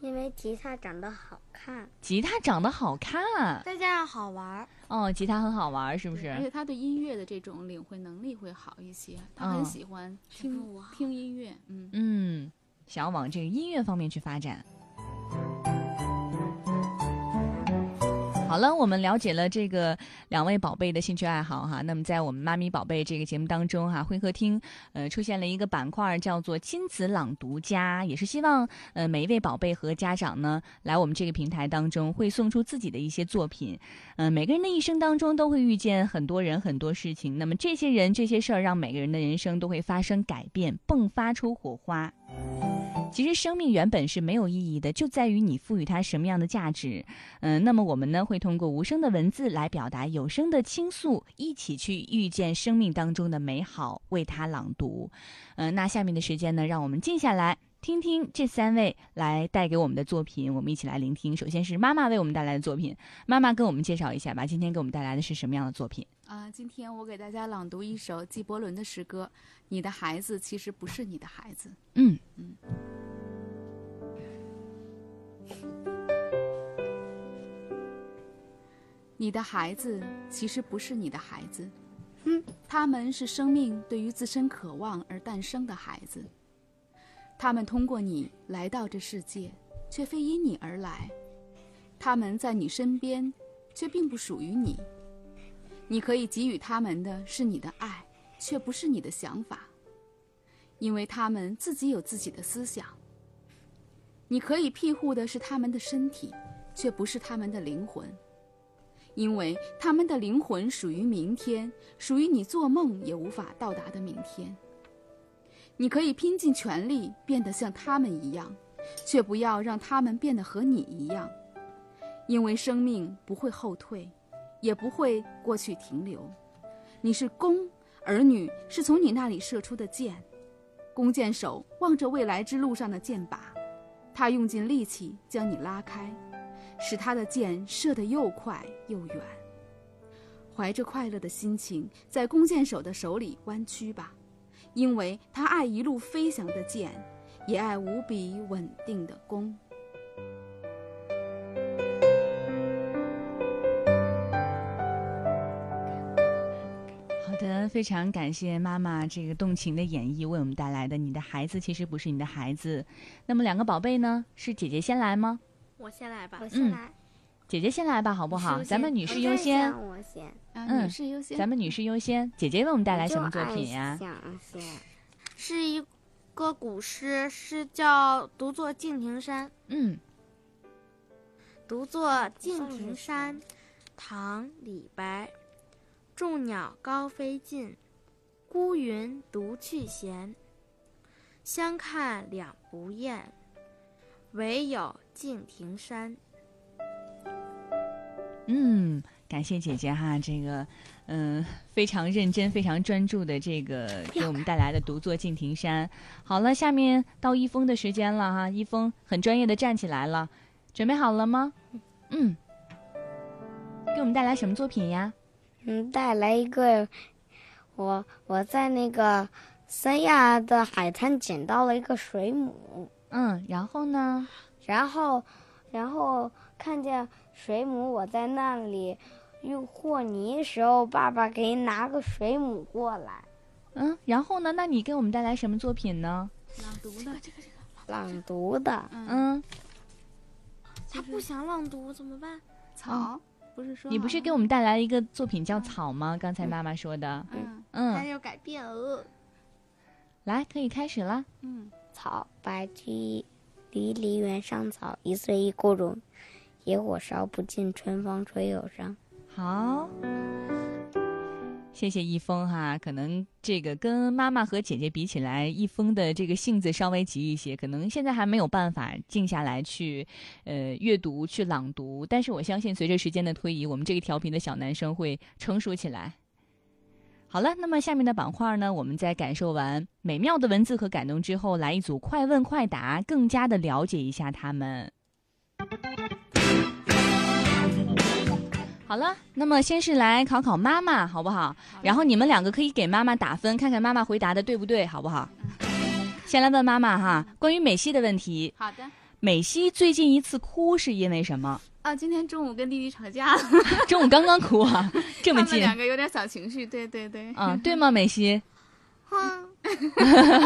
Speaker 4: 因为吉他长得好看，
Speaker 1: 吉他长得好看，啊
Speaker 9: 再加上好玩儿，
Speaker 1: 哦，吉他很好玩，是不
Speaker 7: 对而且
Speaker 1: 是？
Speaker 7: 他对音乐的这种领会能力会好一些，
Speaker 1: 嗯
Speaker 7: 他很喜欢听、听音乐。嗯，
Speaker 1: 嗯，想要往这个音乐方面去发展。好了，我们了解了这个两位宝贝的兴趣爱好哈。那么在我们妈咪宝贝这个节目当中哈，会客厅呃出现了一个板块儿叫做亲子朗读家，也是希望呃每一位宝贝和家长呢来我们这个平台当中会送出自己的一些作品。呃，每个人的一生当中都会遇见很多人很多事情，那么这些人这些事儿让每个人的人生都会发生改变，迸发出火花。其实生命原本是没有意义的，就在于你赋予它什么样的价值。嗯、那么我们呢会通过无声的文字来表达有声的倾诉，一起去遇见生命当中的美好，为它朗读。嗯、那下面的时间呢，让我们静下来。听听这三位来带给我们的作品，我们一起来聆听。首先是妈妈为我们带来的作品，妈妈跟我们介绍一下吧，今天给我们带来的是什么样的作品？
Speaker 7: 啊、今天我给大家朗读一首纪伯伦的诗歌《你的孩子其实不是你的孩子》。
Speaker 1: 嗯，
Speaker 7: 你的孩子其实不是你的孩子，他们是生命对于自身渴望而诞生的孩子。他们通过你来到这世界，却非因你而来；他们在你身边，却并不属于你。你可以给予他们的是你的爱，却不是你的想法，因为他们自己有自己的思想。你可以庇护的是他们的身体，却不是他们的灵魂。因为他们的灵魂属于明天，属于你做梦也无法到达的明天。你可以拼尽全力变得像他们一样，却不要让他们变得和你一样，因为生命不会后退，也不会过去停留。你是弓，儿女是从你那里射出的箭。弓箭手望着未来之路上的箭靶，他用尽力气将你拉开。使他的箭射得又快又远。怀着快乐的心情，在弓箭手的手里弯曲吧，因为他爱一路飞翔的箭，也爱无比稳定的弓。
Speaker 1: 好的，非常感谢妈妈这个动情的演绎，为我们带来的《你的孩子其实不是你的孩子》。那么两个宝贝呢？是姐姐先来吗？
Speaker 6: 我先来吧
Speaker 4: 我。
Speaker 1: 嗯
Speaker 4: 先来，
Speaker 1: 姐姐先来吧，好不好？
Speaker 6: 女士优先
Speaker 1: 咱们女士优先，
Speaker 4: 我先，
Speaker 7: 啊，
Speaker 1: 嗯
Speaker 7: 女士优先。
Speaker 1: 咱们女士优先。姐姐为我们带来什么作品呀、
Speaker 4: 想先，
Speaker 6: 是一个古诗，是叫《独坐敬亭山》。
Speaker 1: 嗯，
Speaker 6: 独坐敬亭山，唐·李白。众鸟高飞尽，孤云独去闲。相看两不厌，唯有敬亭山。
Speaker 1: 嗯，感谢姐姐哈，这个，嗯、非常认真、非常专注的这
Speaker 7: 哎
Speaker 1: 个给我们带来的独坐敬亭山。好了，下面到一峰的时间了哈，一峰很专业的站起来了，准备好了吗？嗯，给我们带来什么作品呀？
Speaker 4: 嗯，带来一个，我我在那个三亚的海滩捡到了一个水母，
Speaker 1: 嗯，然后呢？
Speaker 4: 然后，然后看见水母，我在那里用和泥的时候，爸爸给拿个水母过来，
Speaker 1: 嗯，然后呢？那你给我们带来什么作品呢？
Speaker 7: 朗读的这个这个，
Speaker 4: 朗读的。
Speaker 7: 嗯，
Speaker 1: 嗯，
Speaker 6: 他不想朗读怎么办？
Speaker 7: 草不是说
Speaker 1: 你不是
Speaker 7: 好
Speaker 1: 给我们带来一个作品叫《草》吗？刚才妈妈说的。
Speaker 7: 嗯
Speaker 6: 他
Speaker 1: 嗯，
Speaker 6: 又改变呃了。
Speaker 1: 来，可以开始了。
Speaker 7: 嗯
Speaker 4: 草，白居易。离离原上草，一岁一枯荣。野火烧不尽，春风吹又生。
Speaker 1: 好，谢谢一峰哈。可能这个跟妈妈和姐姐比起来，一峰的这个性子稍微急一些，可能现在还没有办法静下来去，呃，阅读去朗读。但是我相信，随着时间的推移，我们这个调皮的小男生会成熟起来。好了，那么下面的板块呢，我们在感受完美妙的文字和感动之后，来一组快问快答，更加的了解一下他们。好了，那么先是来考考妈妈，好不好？然后你们两个可以给妈妈打分，看看妈妈回答的对不对，好不
Speaker 7: <laughs>
Speaker 1: 好？先来问妈妈哈，关于美西的问题，
Speaker 7: 好的
Speaker 1: 美西最近一次哭是因为什
Speaker 7: <laughs>
Speaker 1: 么？
Speaker 7: 啊，今天中午跟弟弟吵架
Speaker 1: <laughs>
Speaker 7: 了，
Speaker 1: 中午刚刚哭
Speaker 7: <laughs>
Speaker 1: 啊，这
Speaker 7: 他
Speaker 1: 么
Speaker 7: 们
Speaker 1: 近
Speaker 7: 两个有点小情绪，对对对，
Speaker 1: 啊，对吗？美西，
Speaker 6: 哼，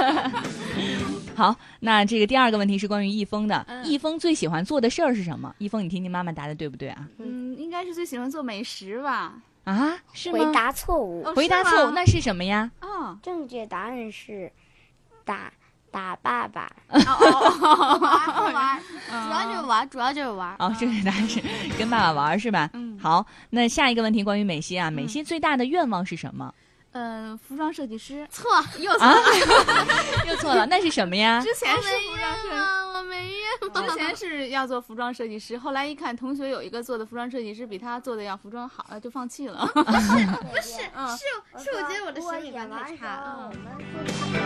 Speaker 1: <laughs> 好，那这个第二个问题是关于易峰的，
Speaker 7: 嗯
Speaker 1: 易峰最喜欢做的事儿是什么？易峰，你听听妈妈答的对不对啊？
Speaker 7: 嗯，应该是最喜欢做美食吧？
Speaker 1: 啊，是吗？
Speaker 4: 回答错误，
Speaker 7: 哦
Speaker 1: 回答
Speaker 7: 是吗
Speaker 1: 错误，那是什么呀？
Speaker 7: 哦哦
Speaker 4: 正确答案是打打爸爸。
Speaker 7: 哦
Speaker 6: 玩不玩？主要就是
Speaker 7: 哦，
Speaker 6: 玩，主要就是玩。
Speaker 1: 哦，这个答案是跟爸爸玩儿是吧？
Speaker 7: 嗯，
Speaker 1: 好，那下一个问题关于美西啊，美西最大的愿望是什么？呃
Speaker 7: 嗯，服装设计师
Speaker 6: 错，
Speaker 7: 又
Speaker 1: 啊， <laughs> 又错 <laughs> 了，那是什么呀？
Speaker 7: 之前
Speaker 6: 我
Speaker 7: 是
Speaker 6: 没
Speaker 7: 服装设
Speaker 6: 愿望，我没啊愿
Speaker 7: <laughs>
Speaker 6: 望。
Speaker 7: 之
Speaker 1: 嗯
Speaker 7: 前是要做服装设计师，后来一看同学有一个做的服装设计师比他做的要服装好，呃就放
Speaker 1: <laughs>
Speaker 7: 弃了。
Speaker 4: 不是，
Speaker 7: 嗯，
Speaker 6: 是是我觉得我的审美观太差嗯了。
Speaker 4: 了。我们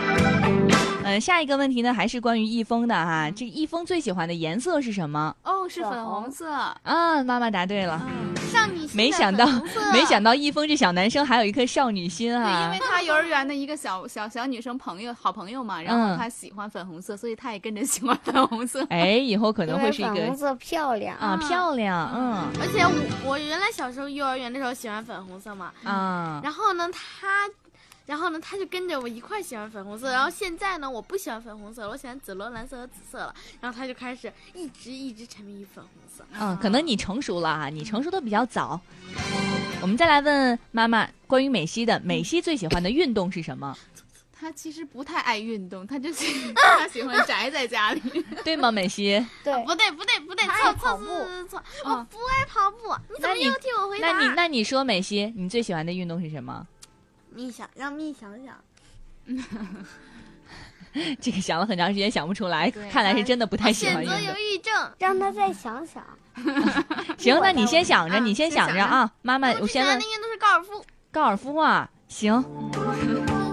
Speaker 1: 呃，下一个问题呢，还是关于易峰的哈、这个易峰最喜欢的颜色是什么？
Speaker 7: 哦，是
Speaker 4: 粉
Speaker 7: 粉红
Speaker 4: 红
Speaker 7: 色。
Speaker 1: 啊，妈妈答对了，
Speaker 7: 嗯，
Speaker 6: 上你
Speaker 1: 没想到，没想到易峰这小男生还有一颗少女心
Speaker 7: 对，因
Speaker 1: 啊
Speaker 7: 为。哎他幼儿园的一个小小小女生朋友，好朋友嘛，然后
Speaker 1: 嗯
Speaker 7: 他喜欢粉红色，所以他也跟着喜欢粉红色。
Speaker 1: 哎，以后可能会是一
Speaker 4: 因为粉
Speaker 1: 个
Speaker 4: 红色漂亮
Speaker 1: 啊，漂亮，嗯
Speaker 6: 而且我我原来小时候幼儿园的时候喜欢粉红色嘛，
Speaker 1: 啊，
Speaker 6: 然后呢他，然后呢他就跟着我一块喜欢粉红色，然后现在呢我不喜欢粉红色了，我喜欢紫罗兰色和紫色了，然后他就开始一直一直沉迷于粉红色。
Speaker 1: 嗯，可能你成熟了啊，你成熟的比较早。我们再来问妈妈关于美西的，美西最喜欢的运动是什么？
Speaker 7: 他其实不太爱运动，他就是他喜 <laughs> 欢宅在家里。
Speaker 1: 对吗，美西？
Speaker 4: 对，
Speaker 6: 啊不对不对不对，
Speaker 4: 他
Speaker 6: 错
Speaker 4: 爱
Speaker 6: 错
Speaker 4: 跑步
Speaker 6: 错错错，我
Speaker 1: 哦
Speaker 7: 嗯
Speaker 6: 不爱跑步，你怎
Speaker 1: 那
Speaker 6: 么
Speaker 1: 你
Speaker 6: 又替我回答？
Speaker 1: 那你那你说美西，你最喜欢的运动是什么？
Speaker 6: 你想让蜜想想，
Speaker 1: 这个想了很长时间想不出来，
Speaker 7: 对
Speaker 1: 看来是真的不太喜欢
Speaker 6: 选
Speaker 1: 运
Speaker 6: 择犹
Speaker 1: 动。
Speaker 6: 豫症，
Speaker 4: 让他再想想。
Speaker 1: 行，
Speaker 4: 我
Speaker 1: 那
Speaker 4: 的
Speaker 1: 你先想着，
Speaker 7: 嗯
Speaker 1: 你先
Speaker 7: 先想
Speaker 1: 想着
Speaker 7: 着
Speaker 1: 啊，妈妈，我
Speaker 6: 之前
Speaker 1: 先
Speaker 6: 的
Speaker 1: 问
Speaker 6: 运动是高尔夫，
Speaker 1: 高尔夫啊，行。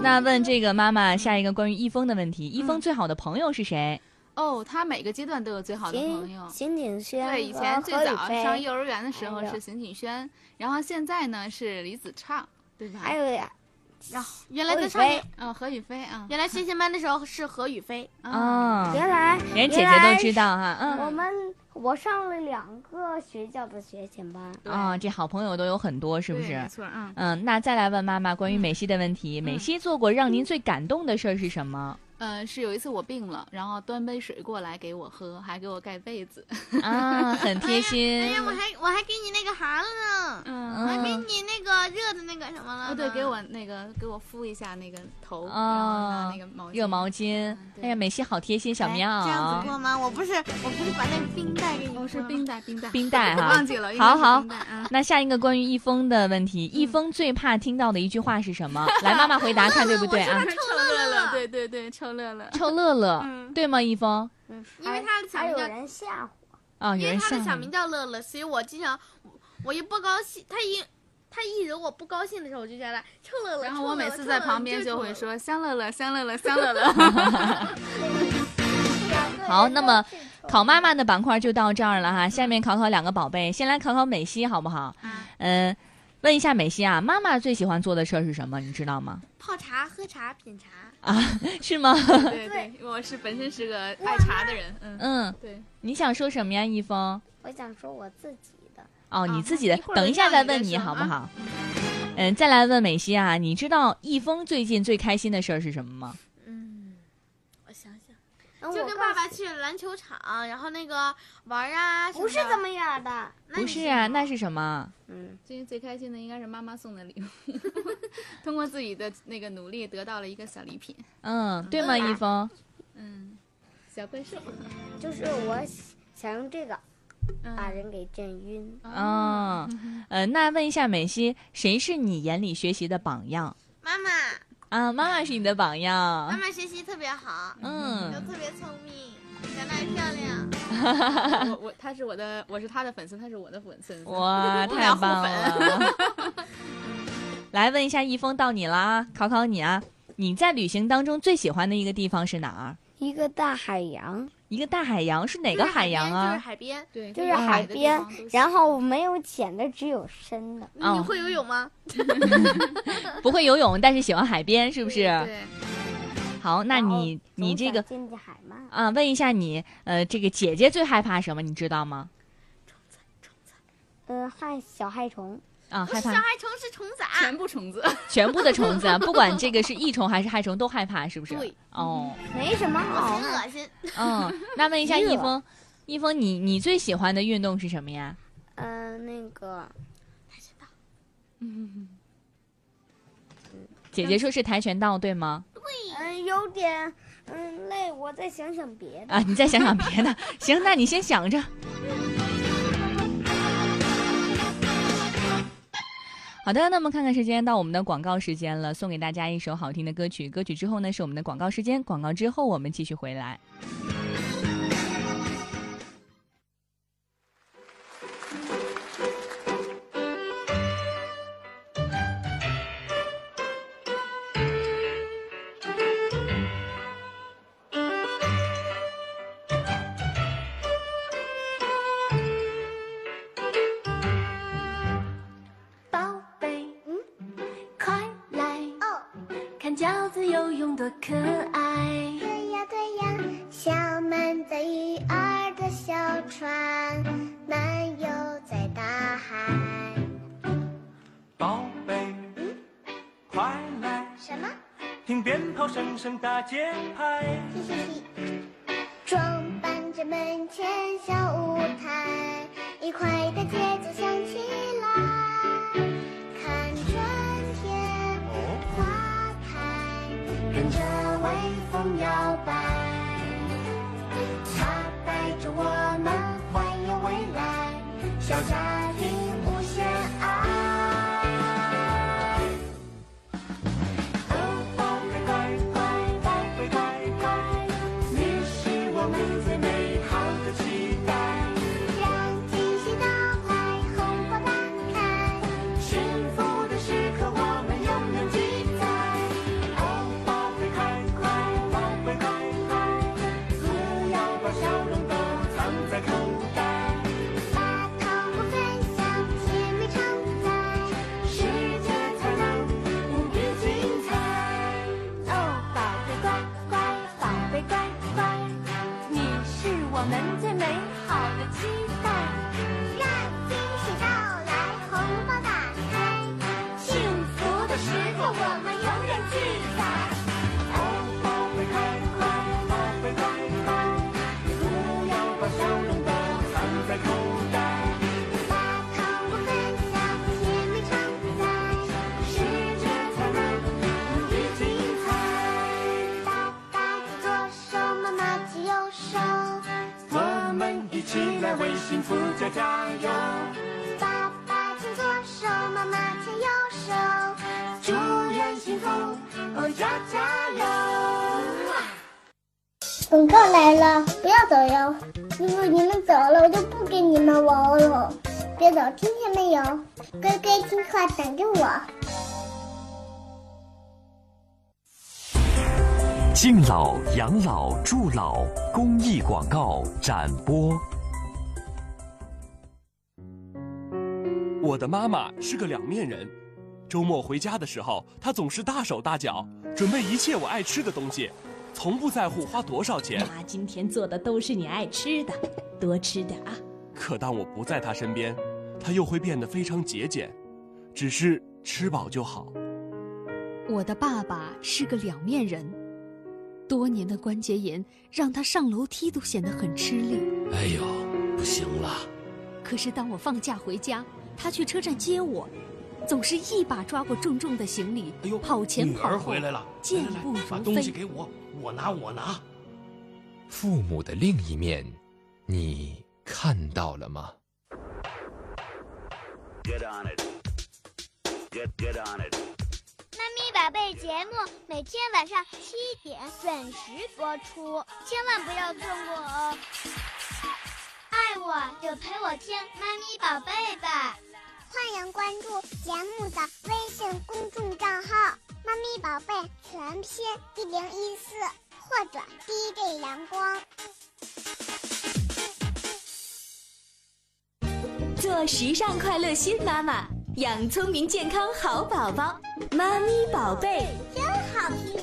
Speaker 1: 那问这个妈妈下一个关于易峰的问题，易峰最好的朋友是谁？
Speaker 7: 哦，他每个阶段都有最好的朋友
Speaker 4: 秦。秦景轩
Speaker 7: 对，以前
Speaker 4: 和
Speaker 7: 最
Speaker 4: 何宇
Speaker 7: 早上
Speaker 4: 飞，
Speaker 7: 幼儿园的时
Speaker 1: 哎
Speaker 4: 还
Speaker 7: 候
Speaker 4: 有
Speaker 1: 哎
Speaker 7: 是邢景轩，然后现在呢是李子畅，对吧？
Speaker 4: 还有
Speaker 6: 然后原来在
Speaker 4: 何
Speaker 6: 上
Speaker 4: 雨
Speaker 6: 面
Speaker 4: 菲，
Speaker 7: 啊，何雨菲嗯啊，
Speaker 6: 原来学前班的时候是何雨菲，
Speaker 1: 啊，
Speaker 4: 原来
Speaker 1: 连姐姐都知道哈，嗯。
Speaker 4: 我们我上了两个学校的学前班，
Speaker 1: 啊、这好朋友都有很多，是不
Speaker 7: 对
Speaker 1: 是
Speaker 7: 没？错，嗯，
Speaker 1: 嗯，那再来问妈妈关于美西的问题。美西做过让您最感动的事儿是什么、
Speaker 7: 呃，是有一次我病了，然后端杯水过来给我喝，还给我盖被子。
Speaker 1: 啊？很贴心。
Speaker 6: 哎呀，我还我还给你那个啥了呢，
Speaker 7: 嗯，
Speaker 6: 我还给
Speaker 1: 嗯
Speaker 6: 你那个热的那个什么了
Speaker 7: 啊，
Speaker 6: 呢，
Speaker 7: 对，给我那个给我敷一下那个头，然后
Speaker 1: 啊
Speaker 7: 拿那个毛巾
Speaker 1: 热毛巾
Speaker 7: 嗯。对
Speaker 1: 哎呀，美西好贴心，小棉
Speaker 6: 哎这样子
Speaker 1: 袄、
Speaker 6: 过吗？我不是我不是把那个冰袋给你过
Speaker 7: 哦，
Speaker 6: 吗，
Speaker 7: 是冰袋，冰袋，
Speaker 1: 冰袋
Speaker 7: 我
Speaker 1: 哈
Speaker 7: 忘。记了，应
Speaker 1: 好
Speaker 7: 该是
Speaker 1: 好
Speaker 7: 冰袋啊。
Speaker 1: 那下一个关于一峰的问题，
Speaker 6: 嗯
Speaker 1: 一峰最怕听到的一句话是什
Speaker 6: <laughs>
Speaker 1: 么？来，妈妈回答看对不对啊？
Speaker 7: 臭乐乐， <laughs> 对对对，臭乐乐。
Speaker 1: 臭乐乐，
Speaker 6: 嗯
Speaker 1: 对吗？一峰
Speaker 7: 嗯
Speaker 6: 因为他的小
Speaker 4: 还
Speaker 6: 名
Speaker 4: 有
Speaker 6: 叫
Speaker 4: 人吓唬。
Speaker 1: 啊，有
Speaker 6: 因为
Speaker 1: 人
Speaker 6: 他
Speaker 1: 笑
Speaker 6: 的小
Speaker 1: 你
Speaker 6: 名叫乐乐，所以我经常我一不高兴，他一他一惹我不高兴的时候，我就叫他臭乐乐。
Speaker 7: 然后我
Speaker 6: 臭乐
Speaker 7: 每
Speaker 6: 乐
Speaker 7: 次
Speaker 6: 臭
Speaker 7: 在
Speaker 6: 乐乐
Speaker 7: 旁
Speaker 6: 你
Speaker 7: 边
Speaker 6: 就是
Speaker 7: 就
Speaker 6: 臭
Speaker 7: 会
Speaker 6: 乐乐
Speaker 7: 说香乐乐，香乐
Speaker 6: <laughs>
Speaker 7: 乐，香
Speaker 1: <laughs>
Speaker 7: 乐乐。
Speaker 1: 好，那么考妈妈的板块就到这儿了
Speaker 6: 嗯
Speaker 1: 哈。下面考考两个宝贝，先来考考美西好不好？嗯、问一下美西啊，妈妈最喜欢做的事儿是什么？你知道
Speaker 6: <laughs>
Speaker 1: 吗？
Speaker 6: 泡茶、喝茶、品茶。
Speaker 1: 是吗？
Speaker 7: 对对，我是本身是个爱茶的人，嗯，
Speaker 1: 嗯，
Speaker 7: 对。
Speaker 1: 你想说什么呀，一峰？
Speaker 4: 我想说我自己的，
Speaker 1: 哦，你
Speaker 7: 啊
Speaker 1: 自己的
Speaker 7: 一会，儿
Speaker 1: 等一下再
Speaker 7: 让你
Speaker 1: 问
Speaker 7: 再
Speaker 1: 你
Speaker 7: 说
Speaker 1: 好不
Speaker 7: 啊
Speaker 1: 好？嗯，再来问美西啊，你知道一峰最近最开心的事儿是什么吗？
Speaker 6: 嗯，我想想，
Speaker 4: 然后
Speaker 6: 就
Speaker 4: 嗯我
Speaker 6: 跟
Speaker 4: 告
Speaker 6: 爸
Speaker 4: 诉
Speaker 6: 爸去篮球场，然后那个玩啊什
Speaker 4: 不是
Speaker 6: 的
Speaker 4: 这么样的，
Speaker 6: 那
Speaker 1: 不
Speaker 6: 你
Speaker 1: 是
Speaker 6: 什
Speaker 1: 啊，
Speaker 6: 么
Speaker 1: 那是什么？
Speaker 4: 嗯，
Speaker 7: 最近最开心的应该是妈妈送的礼物， <laughs> 通过自己的那个努力得到了一个小礼品，
Speaker 1: 嗯，对吗，一峰？
Speaker 7: 嗯，小怪兽，
Speaker 6: 嗯
Speaker 4: 嗯就是我想用这个把
Speaker 7: 嗯，
Speaker 4: 人给震晕。
Speaker 1: 嗯，呃，那问一下美西，谁是你眼里学习的榜样
Speaker 6: 妈妈，
Speaker 1: 啊？妈妈是你的榜
Speaker 6: 妈
Speaker 1: 样。
Speaker 6: 妈学习特别好，
Speaker 1: 嗯
Speaker 6: 又，特别聪明，长得还漂亮。
Speaker 7: 我我他是我的，我是他的粉丝，他是我的粉
Speaker 1: <laughs>
Speaker 7: 丝，
Speaker 1: 哇，
Speaker 7: 我们
Speaker 1: 太
Speaker 7: 俩互
Speaker 1: 棒
Speaker 7: 粉
Speaker 1: 了！ <laughs> 来问一下，一峰到你啦，考考你啊，你在旅行当中最喜欢的一个地方是哪儿？
Speaker 4: 一个大海洋，
Speaker 1: 一个大海洋是哪
Speaker 6: 就
Speaker 1: 个
Speaker 6: 是
Speaker 1: 海洋
Speaker 6: 边就
Speaker 1: 啊？
Speaker 6: 是海边。
Speaker 7: 对，
Speaker 4: 就是
Speaker 7: 是
Speaker 4: 海
Speaker 7: 的地
Speaker 4: 边
Speaker 7: 方都，
Speaker 4: 然
Speaker 7: 行
Speaker 4: 后没有浅的，只有深的。
Speaker 1: 哦
Speaker 6: 你会游泳吗？
Speaker 1: 不会游泳，但是喜欢海边，是不是？
Speaker 7: 对，
Speaker 1: 好，那
Speaker 4: 然后
Speaker 1: 你你
Speaker 4: 总
Speaker 1: 这个
Speaker 4: 想进去海嘛，
Speaker 1: 啊，问一下你，呃，这个姐姐最害怕什么？你知道吗？
Speaker 4: 嗯，害小害虫，
Speaker 1: 啊，
Speaker 6: 不是
Speaker 1: 害
Speaker 6: 小
Speaker 1: 怕
Speaker 6: 害虫，是虫子啊。
Speaker 7: 全
Speaker 1: <laughs>
Speaker 7: 部虫子，
Speaker 1: 全部的虫
Speaker 4: <laughs>
Speaker 1: 子啊，不管这个是益虫还是害虫都害怕，是不是？
Speaker 6: 对。
Speaker 1: 哦，
Speaker 4: 没什么好
Speaker 6: 好
Speaker 4: 怕。
Speaker 6: 恶心！
Speaker 1: 嗯，那
Speaker 4: <laughs>
Speaker 1: 问一下
Speaker 4: 热
Speaker 1: 一峰，一峰，你你最喜欢的运动是什么呀？
Speaker 4: 嗯，那个
Speaker 1: 姐姐说是跆拳道，对吗？
Speaker 4: 嗯，有点嗯累，我再想想别的。
Speaker 1: 啊，你再想想别
Speaker 4: <laughs>
Speaker 1: 的。行，那你先想着。好的，那么看看时间，到我们的广告时间了，送给大家一首好听的歌曲。歌曲之后呢，是我们的广告时间，广告之后我们继续回来。
Speaker 10: 宝贝，嗯，快来哦，看饺子游泳多可爱。
Speaker 11: 对呀对呀，小满载鱼儿的小船，漫游在大海。
Speaker 3: 宝贝，快来
Speaker 11: 什么？
Speaker 3: 听鞭炮声声打节拍，
Speaker 11: 嘿嘿嘿，装扮着门前小舞台，愉快的节奏响起来。看春天花开，跟着微风摇摆，它带着我们环游未来，小家庭无限爱。哦，宝贝，乖乖，宝贝，乖乖，你是我们最美好的期待。让惊喜到来，红包打开，幸福的时刻我们永远记载。哦，宝贝，快快，宝贝，快快，不要把笑容都藏在口袋。把糖果分享，
Speaker 3: 幸福家加油！
Speaker 11: 爸爸牵左手，妈妈牵右手，
Speaker 3: 祝愿幸福哦家加油！
Speaker 11: 广告来了，不要走哟！如果你们走了，我就不跟你们玩了。别走，听见没有？乖乖听话，等着我。
Speaker 12: 敬老、养老、助老公益广告展播。
Speaker 13: 我的妈妈是个两面人，周末回家的时候，她总是大手大脚，准备一切我爱吃的东西，从不在乎花多少钱。
Speaker 14: 妈今天做的都是你爱吃的，多吃点啊。
Speaker 13: 可当我不在她身边，她又会变得非常节俭，只是吃饱就好。
Speaker 2: 我的爸爸是个两面人，多年的关节炎让他上楼梯都显得很吃力。
Speaker 15: 哎呦，不行了。
Speaker 2: 可是当我放假回家，他去车站接我，总是一把抓过重重的行李，跑前
Speaker 15: 哎女
Speaker 2: 跑
Speaker 15: 儿
Speaker 2: 后，
Speaker 15: 回来了，
Speaker 2: 健
Speaker 15: 来来来
Speaker 2: 步
Speaker 15: 把
Speaker 2: 如
Speaker 15: 东西
Speaker 2: 飞。
Speaker 15: 给我，我拿我拿。
Speaker 16: 父母的另一面，你看到了吗？
Speaker 11: 妈咪宝贝节目每天晚上七点准时播出，千万不要错过哦！爱我就陪我听妈咪宝贝吧，欢迎关注节目的微信公众账号“妈咪宝贝全拼一零一四”或者 DJ 阳光。
Speaker 5: 做时尚快乐新妈妈，养聪明健康好宝宝，妈咪宝贝
Speaker 11: 真好听！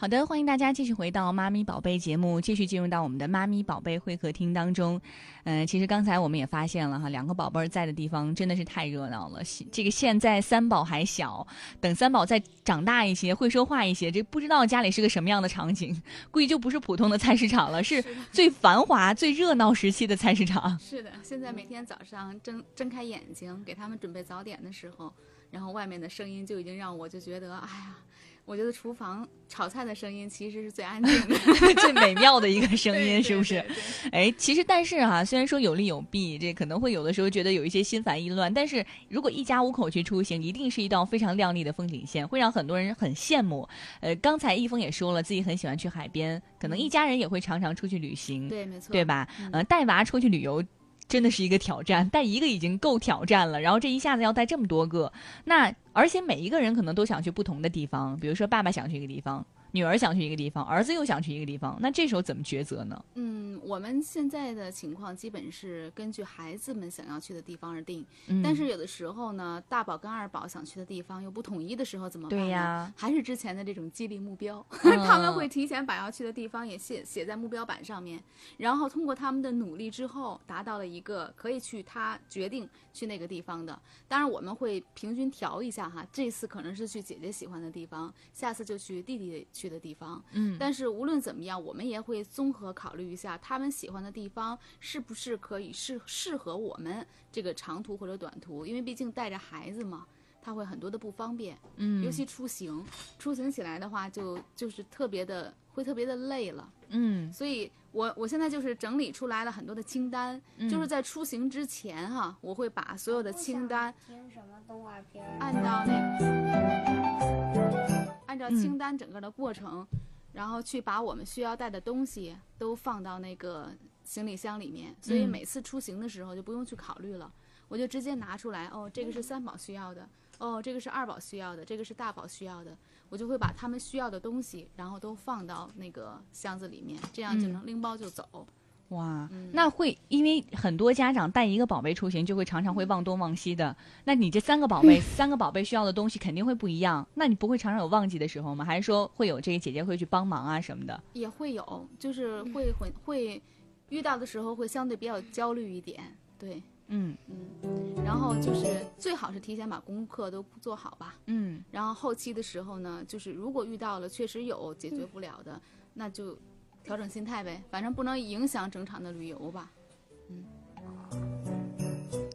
Speaker 1: 好的，欢迎大家继续回到《妈咪宝贝》节目，继续进入到我们的《妈咪宝贝会客厅》当中。嗯、其实刚才我们也发现了哈，两个宝贝儿在的地方真的是太热闹了。现这个现在三宝还小，等三宝再长大一些，会说话一些，这不知道家里是个什么样的场景， <laughs> 估计就不是普通的菜市场了， <laughs> 是最繁华、最热闹时期的菜市场。
Speaker 7: 是的，现在每天早上睁睁开眼睛给他们准备早点的时候，然后外面的声音就已经让我就觉得，哎呀，我觉得厨房炒菜的声音其实是最安
Speaker 1: <laughs>
Speaker 7: 静的。
Speaker 1: 最美妙的一个声音，
Speaker 7: 对
Speaker 1: 是不是？哎，其实但是哈、虽然说有利有弊，这可能会有的时候觉得有一些心烦意乱，但是如果一家五口去出行，一定是一道非常亮丽的风景线，会让很多人很羡慕。呃，刚才一峰也说了，自己很喜欢去海边，可能一家人也会常常出去旅行，
Speaker 7: 嗯对没
Speaker 1: 嗯
Speaker 7: 错嗯
Speaker 1: 对吧？呃，带娃出去旅游。真的是一个挑战，带一个已经够挑战了，然后这一下子要带这么多个，那而且每一个人可能都想去不同的地方，比如说爸爸想去一个地方，女儿想去一个地方，儿子又想去一个地方，那这时候怎么抉择呢？
Speaker 7: 嗯，我们现在的情况基本是根据孩子们想要去的地方而定，
Speaker 1: 嗯
Speaker 7: 但是有的时候呢，大宝跟二宝想去的地方又不统一的时候怎么办呢？
Speaker 1: 对呀
Speaker 7: 还是之前的这种激励目标，
Speaker 1: 嗯
Speaker 7: <laughs> 他们会提前把要去的地方也写写在目标板上面，然后通过他们的努力之后，达到了一个可以去他决定去那个地方的。当然我们会平均调一下哈，这次可能是去姐姐喜欢的地方，下次就去弟弟去的地方。
Speaker 1: 嗯
Speaker 7: 但是无论怎么样，我们也会综合考虑一下他们喜欢的地方是不是可以适适合我们这个长途或者短途，因为毕竟带着孩子嘛，他会很多的不方便，
Speaker 1: 嗯
Speaker 7: 尤其出行，出行起来的话就就是特别的会特别的累了。
Speaker 1: 嗯
Speaker 7: 所以我我现在就是整理出来了很多的清单，
Speaker 1: 嗯
Speaker 7: 就是在出行之前哈、我会把所
Speaker 4: 哦
Speaker 7: 有的清单
Speaker 4: 听什么动画片？
Speaker 7: 按照那个，按照
Speaker 4: 嗯
Speaker 7: 清单整个的过程，然后去把我们需要带的东西都放到那个行李箱里面，所以
Speaker 1: 嗯
Speaker 7: 每次出行的时候就不用去考虑了，我就直接拿出来，哦，这个是三宝需要的，哦，这个是二宝需要的，这个是大宝需要的，我就会把他们需要的东西，然后都放到那个箱子里面，这样就
Speaker 1: 嗯
Speaker 7: 能拎包就走。
Speaker 1: 哇，那会因为很多家长带一个宝贝出行，就会常常会忘东忘西的。那你这三个宝贝，三个宝贝需要的东西肯定会不一样，那你不会常常有忘记的时候吗？还是说会有这个姐姐会去帮忙啊什么的？
Speaker 7: 也会有，就是会混会遇到的时候会相对比较焦虑一点，对，
Speaker 1: 嗯
Speaker 7: 嗯，然后就是最好是提前把功课都做好吧，
Speaker 1: 嗯
Speaker 7: 然后后期的时候呢，就是如果遇到了确实有解决不了的，那就调整心态呗，反正不能影响整场的旅游吧。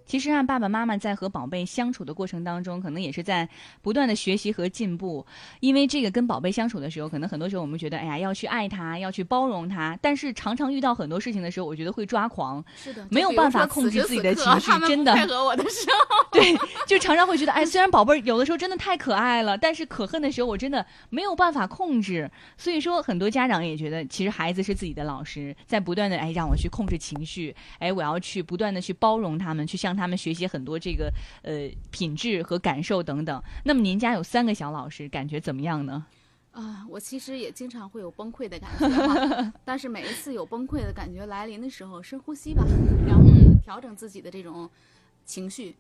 Speaker 1: 其实啊，爸爸妈妈在和宝贝相处的过程当中，可能也是在不断的学习和进步。因为这个跟宝贝相处的时候，可能很多时候我们觉得，哎呀，要去爱他，要去包容他，但是常常遇到很多事情的时候，我觉得会抓狂，
Speaker 7: 是的，
Speaker 1: 没有
Speaker 7: 就比如
Speaker 1: 办法
Speaker 7: 说
Speaker 1: 控
Speaker 7: 此
Speaker 1: 制
Speaker 7: 时
Speaker 1: 自己
Speaker 7: 此
Speaker 1: 的
Speaker 7: 刻
Speaker 1: 情绪
Speaker 7: 他们
Speaker 1: 真
Speaker 7: 不
Speaker 1: 的
Speaker 7: 配合我的时候，
Speaker 1: <laughs> 对，就常常会觉得，哎，虽然宝贝儿有的时候真的太可爱了，但是可恨的时候我真的没有办法控制。所以说，很多家长也觉得，其实孩子是自己的老师，在不断的哎让我去控制情绪，哎，我要去不断的去包容他们，去向他们学习很多这个呃品质和感受等等。那么您家有三个小老师，感觉怎么样呢？
Speaker 7: 啊，我其实也经常会有崩溃的感觉哈， <laughs> 但是每一次有崩溃的感觉来临的时候，深呼吸吧，然后呢调整自己的这种情绪。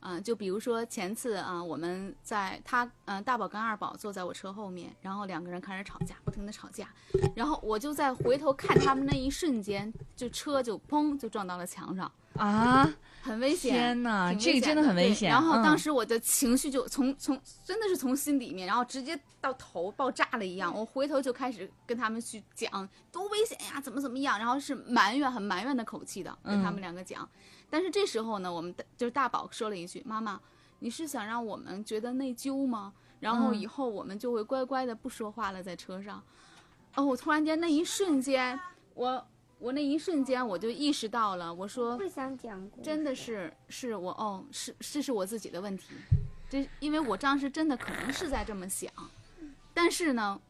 Speaker 7: 啊、就比如说前次啊、我们在他嗯、呃大宝跟二宝坐在我车后面，然后两个人开始吵架，不停的吵架，然后我就在回头看他们那一瞬间，就车就砰就撞到了墙上。
Speaker 1: <laughs> 啊，
Speaker 7: 很危险！
Speaker 1: 天哪
Speaker 7: 挺
Speaker 1: 这个真
Speaker 7: 危险
Speaker 1: 的很危
Speaker 7: 对
Speaker 1: 险
Speaker 7: 然后当
Speaker 1: 嗯
Speaker 7: 时我的情绪就从从真的是从心里面，然后直接到头爆炸了一样。我回头就开始跟他们去讲多危险呀，怎么怎么样，然后是埋怨很埋怨的口气的跟他
Speaker 1: 嗯
Speaker 7: 们两个讲。但是这时候呢，我们的就是大宝说了一句：“妈妈，你是想让我们觉得内疚吗？”然后
Speaker 1: 嗯
Speaker 7: 以后我们就会乖乖的不说话了，在车上。哦，我突然间那一瞬间，我我那一瞬间我就意识到了，我说
Speaker 4: 不想讲故事
Speaker 7: 真的是是我哦，是这是我自己的问题，这因为我当时真的可能是在这么想，但是呢，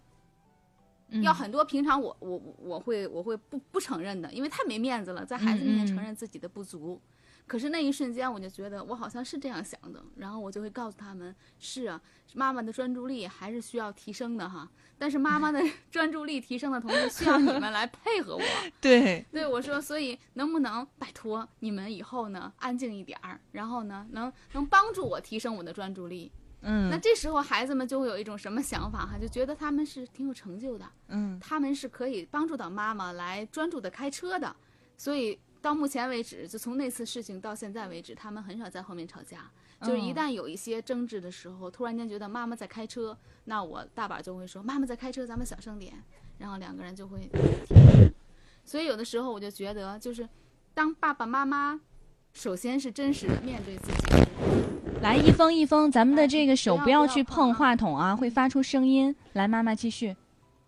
Speaker 1: 嗯
Speaker 7: 要很多平常我我我我会我会不不承认的，因为太没面子了，在孩子面前承认自己的不足。可是那一瞬间，我就觉得我好像是这样想的，然后我就会告诉他们：是啊，妈妈的专注力还是需要提升的哈。但是妈妈的 <laughs> 专注力提升的同时，需要你们来配合我。
Speaker 1: 对
Speaker 7: 对，我说，所以能不能拜托你们以后呢安静一点儿，然后呢能能帮助我提升我的专注力。
Speaker 1: 嗯
Speaker 7: 那这时候孩子们就会有一种什么想法哈，就觉得他们是挺有成就的，
Speaker 1: 嗯
Speaker 7: 他们是可以帮助到妈妈来专注的开车的，所以到目前为止，就从那次事情到现在为止，他们很少在后面吵架。就是一
Speaker 1: 嗯
Speaker 7: 旦有一些争执的时候，突然间觉得妈妈在开车，那我大宝就会说妈妈在开车，咱们小声点，然后两个人就会停。所以有的时候我就觉得，就是当爸爸妈妈，首先是真实的面对自己，
Speaker 1: 来，一峰一峰，咱们的这个手
Speaker 7: 不要
Speaker 1: 不要
Speaker 7: 不要
Speaker 1: 去碰话筒啊，会发出声音。来，妈妈继续。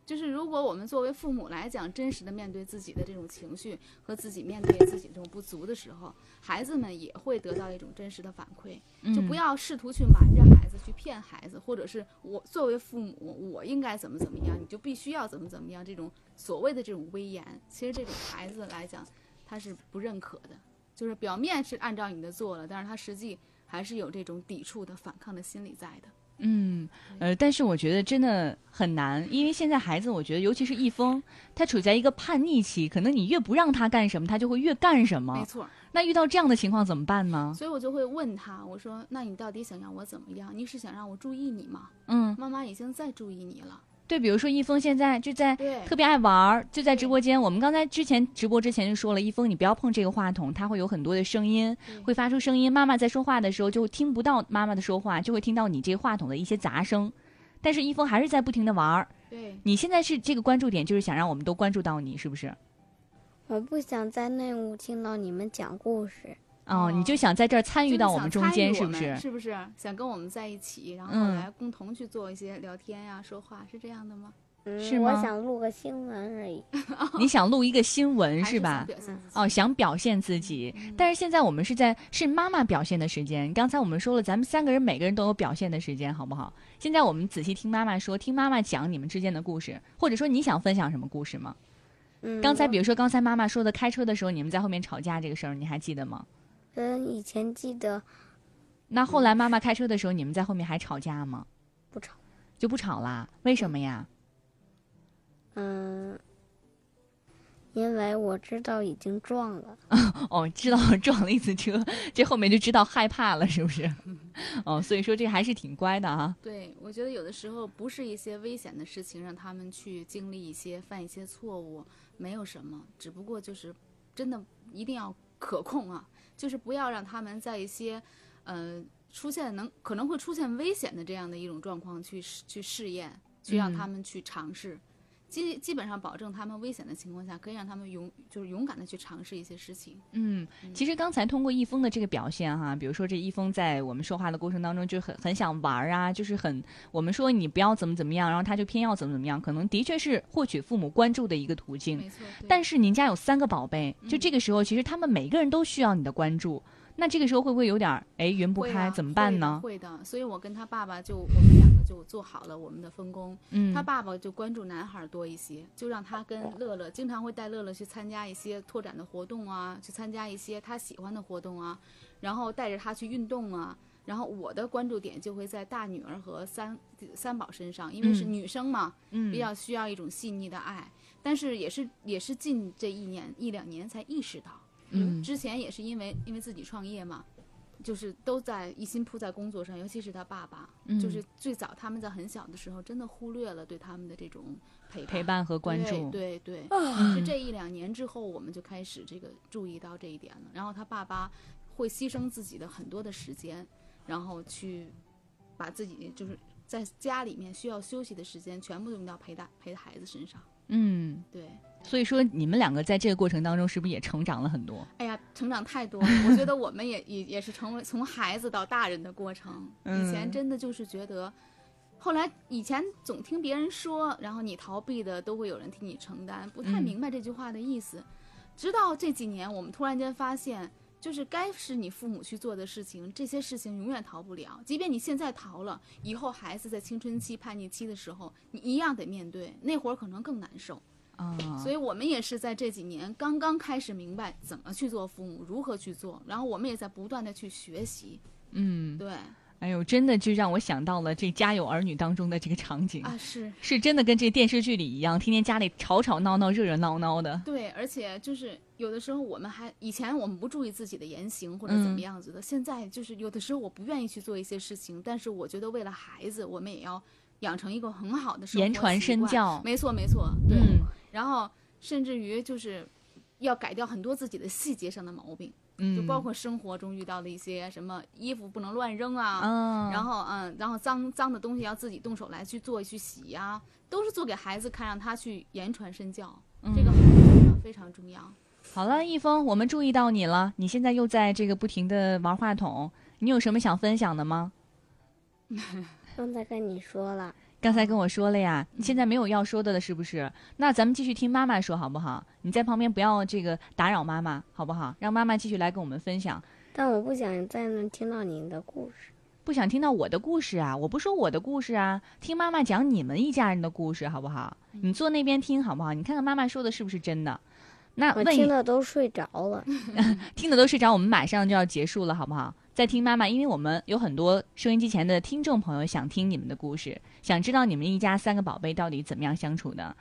Speaker 7: 就是如果我们作为父母来讲，真实的面对自己的这种情绪和自己面对自己这种不足的时候，孩子们也会得到一种真实的反馈。就不
Speaker 1: 嗯
Speaker 7: 要试图去瞒着孩子，去骗孩子，或者是我作为父母，我应该怎么怎么样，你就必须要怎么怎么样。这种所谓的这种威严，其实这种孩子来讲，他是不认可的。就是表面是按照你的做了，但是他实际还是有这种抵触的、反抗的心理在的。
Speaker 1: 嗯，呃，但是我觉得真的很难，因为现在孩子，我觉得尤其是易峰，他处在一个叛逆期，可能你越不让他干什么，他就会越干什么。
Speaker 7: 没错。
Speaker 1: 那遇到这样的情况怎么办呢？
Speaker 7: 所以我就会问他，我说：“那你到底想让我怎么样？你是想让我注意你吗？”
Speaker 1: 嗯
Speaker 7: 妈妈已经在注意你了。
Speaker 1: 对，比如说一峰现在就在
Speaker 7: 对
Speaker 1: 特别爱玩儿，就在直播间。我们刚才之前直播之前就说了，一峰你不要碰这个话筒，它会有很多的声音，会发出声音。妈妈在说话的时候就听不到妈妈的说话，就会听到你这个话筒的一些杂声。但是一峰还是在不停的玩儿。
Speaker 7: 对
Speaker 1: 你现在是这个关注点，就是想让我们都关注到你，是不是？
Speaker 4: 我不想在内务听到你们讲故事。
Speaker 1: 哦，你就想在这儿参与到我们中间，是
Speaker 7: 是
Speaker 1: 不是？
Speaker 7: 是不是想跟我们在一起，然后
Speaker 1: 嗯
Speaker 7: 来共同去做一些聊天呀、说话，是这样的吗？
Speaker 4: 嗯
Speaker 1: 是
Speaker 4: 我
Speaker 1: 吗
Speaker 4: 想录个新闻而已。
Speaker 1: 你想录一个新闻
Speaker 4: 还是
Speaker 1: 是吧
Speaker 4: 想表现自己？
Speaker 1: 哦，想表现自己，
Speaker 4: 嗯
Speaker 1: 但是现在我们是在是妈妈表现的时间。刚才我们说了，咱们三个人每个人都有表现的时间，好不好？现在我们仔细听妈妈说，听妈妈讲你们之间的故事，或者说你想分享什么故事吗？
Speaker 4: 嗯，
Speaker 1: 刚才
Speaker 4: 我
Speaker 1: 比如说刚才妈妈说的开车的时候，你们在后面吵架这个事儿，你还记得吗？
Speaker 4: 嗯，以前记得
Speaker 1: 那后来妈妈开车的时候，你们在后面还吵架吗？
Speaker 4: 嗯不吵，
Speaker 1: 就不吵啦？为什么呀？
Speaker 4: 嗯，因为我知道已经撞了。
Speaker 1: 哦，知道
Speaker 4: 嗯
Speaker 1: <laughs> 撞了一次车，这后面就知道害怕了，是不是？ <laughs> 哦，所以说这还是挺乖的啊。
Speaker 7: 对，我觉得有的时候不是一些危险的事情，让他们去经历一些、犯一些错误，没有什么，只不过就是真的一定要可控啊，就是不要让他们在一些，呃，出现能可能会出现危险的这样的一种状况去试去试验，去让
Speaker 1: 嗯
Speaker 7: 他们去尝试。基基本上保证他们危险的情况下，可以让他们勇就是勇敢的去尝试一些事情。
Speaker 1: 嗯，其实刚才通过易峰的这个表现哈，比如说这易峰在我们说话的过程当中就很很想玩儿啊，就是很我们说你不要怎么怎么样，然后他就偏要怎么怎么样，可能的确是获取父母关注的一个途径。
Speaker 7: 没嗯错，对
Speaker 1: 嗯但是您家有三个宝贝，就这个时候其实他们每个人都需要你的关注，那这个时候会不会有点儿哎云不
Speaker 7: 会
Speaker 1: 开
Speaker 7: 啊
Speaker 1: 怎么办呢？
Speaker 7: 会的会的，所以我跟他爸爸就我们两个就做好了我们的分工。
Speaker 1: 嗯
Speaker 7: 他爸爸就关注男孩儿多一些，就让他跟乐乐经常会带乐乐去参加一些拓展的活动啊，去参加一些他喜欢的活动啊，然后带着他去运动啊。然后我的关注点就会在大女儿和三三宝身上，因为是
Speaker 1: 嗯
Speaker 7: 女生嘛，
Speaker 1: 嗯
Speaker 7: 比较需要一种细腻的爱。但是也是也是近这一年一两年才意识到，
Speaker 1: 嗯
Speaker 7: 之前也是因为因为自己创业嘛，就是都在一心扑在工作上，尤其是他爸爸，
Speaker 1: 嗯
Speaker 7: 就是最早他们在很小的时候，真的忽略了对他们的这种陪伴
Speaker 1: 陪伴和关注
Speaker 7: 对对，
Speaker 1: 啊
Speaker 7: 对是这一两年之后，我们就开始这个注意到这一点了。然后他爸爸会牺牲自己的很多的时间，然后去把自己就是在家里面需要休息的时间，全部用到陪大陪孩子身上。
Speaker 1: 嗯，
Speaker 7: 对。
Speaker 1: 所以说你们两个在这个过程当中是不是也成长了很多？
Speaker 7: 哎呀，成长太多了，我觉得我们也也也是成为从孩子到大人的过程。以前
Speaker 1: 嗯
Speaker 7: 真的就是觉得，后来以前总听别人说，然后你逃避的都会有人替你承担，不太
Speaker 1: 嗯
Speaker 7: 明白这句话的意思。直到这几年，我们突然间发现，就是该是你父母去做的事情，这些事情永远逃不了。即便你现在逃了，以后孩子在青春期、叛逆期的时候，你一样得面对，那会儿可能更难受。
Speaker 1: 啊，
Speaker 7: 所以我们也是在这几年刚刚开始明白怎么去做父母，如何去做，然后我们也在不断的去学习。
Speaker 1: 嗯，
Speaker 7: 对
Speaker 1: 哎呦，真的就让我想到了这《家有儿女》当中的这个场景
Speaker 7: 啊，是
Speaker 1: 是真的跟这电视剧里一样，天天家里吵吵闹闹、热热闹闹的。
Speaker 7: 对，而且就是有的时候我们还以前我们不注意自己的言行或者怎么
Speaker 1: 嗯
Speaker 7: 样子的，现在就是有的时候我不愿意去做一些事情，但是我觉得为了孩子，我们也要养成一个很好的生活
Speaker 1: 言传
Speaker 7: 习
Speaker 1: 身
Speaker 7: 惯
Speaker 1: 教
Speaker 7: 没错没错，对。
Speaker 1: 嗯
Speaker 7: 然后甚至于就是要改掉很多自己的细节上的毛病，
Speaker 1: 嗯
Speaker 7: 就包括生活中遇到的一些什么衣服不能乱扔啊，
Speaker 1: 嗯
Speaker 7: 然后嗯，然后脏脏的东西要自己动手来去做去洗呀、都是做给孩子看，让他去言传身教，这个很重要，非常重要。
Speaker 1: 好了，易峰，我们注意到你了，你现在又在这个不停的玩话筒，你有什么想分享的吗？
Speaker 4: 刚才跟你说了，
Speaker 1: 刚才跟我说了呀，你现在没有要说的了，是不是？那咱们继续听妈妈说好不好？你在旁边不要这个打扰妈妈，好不好？让妈妈继续来跟我们分享。
Speaker 4: 但我不想再能听到你的故事。
Speaker 1: 不想听到我的故事啊，我不说我的故事啊，听妈妈讲你们一家人的故事好不好？你坐那边听好不好？你看看妈妈说的是不是真的？那
Speaker 4: 我
Speaker 1: 问一
Speaker 4: 听的都睡着了。
Speaker 1: 听的都睡着，我们马上就要结束了，好不好？再听妈妈，因为我们有很多收音机前的听众朋友想听你们的故事，想知道你们一家三个宝贝到底怎么样相处的。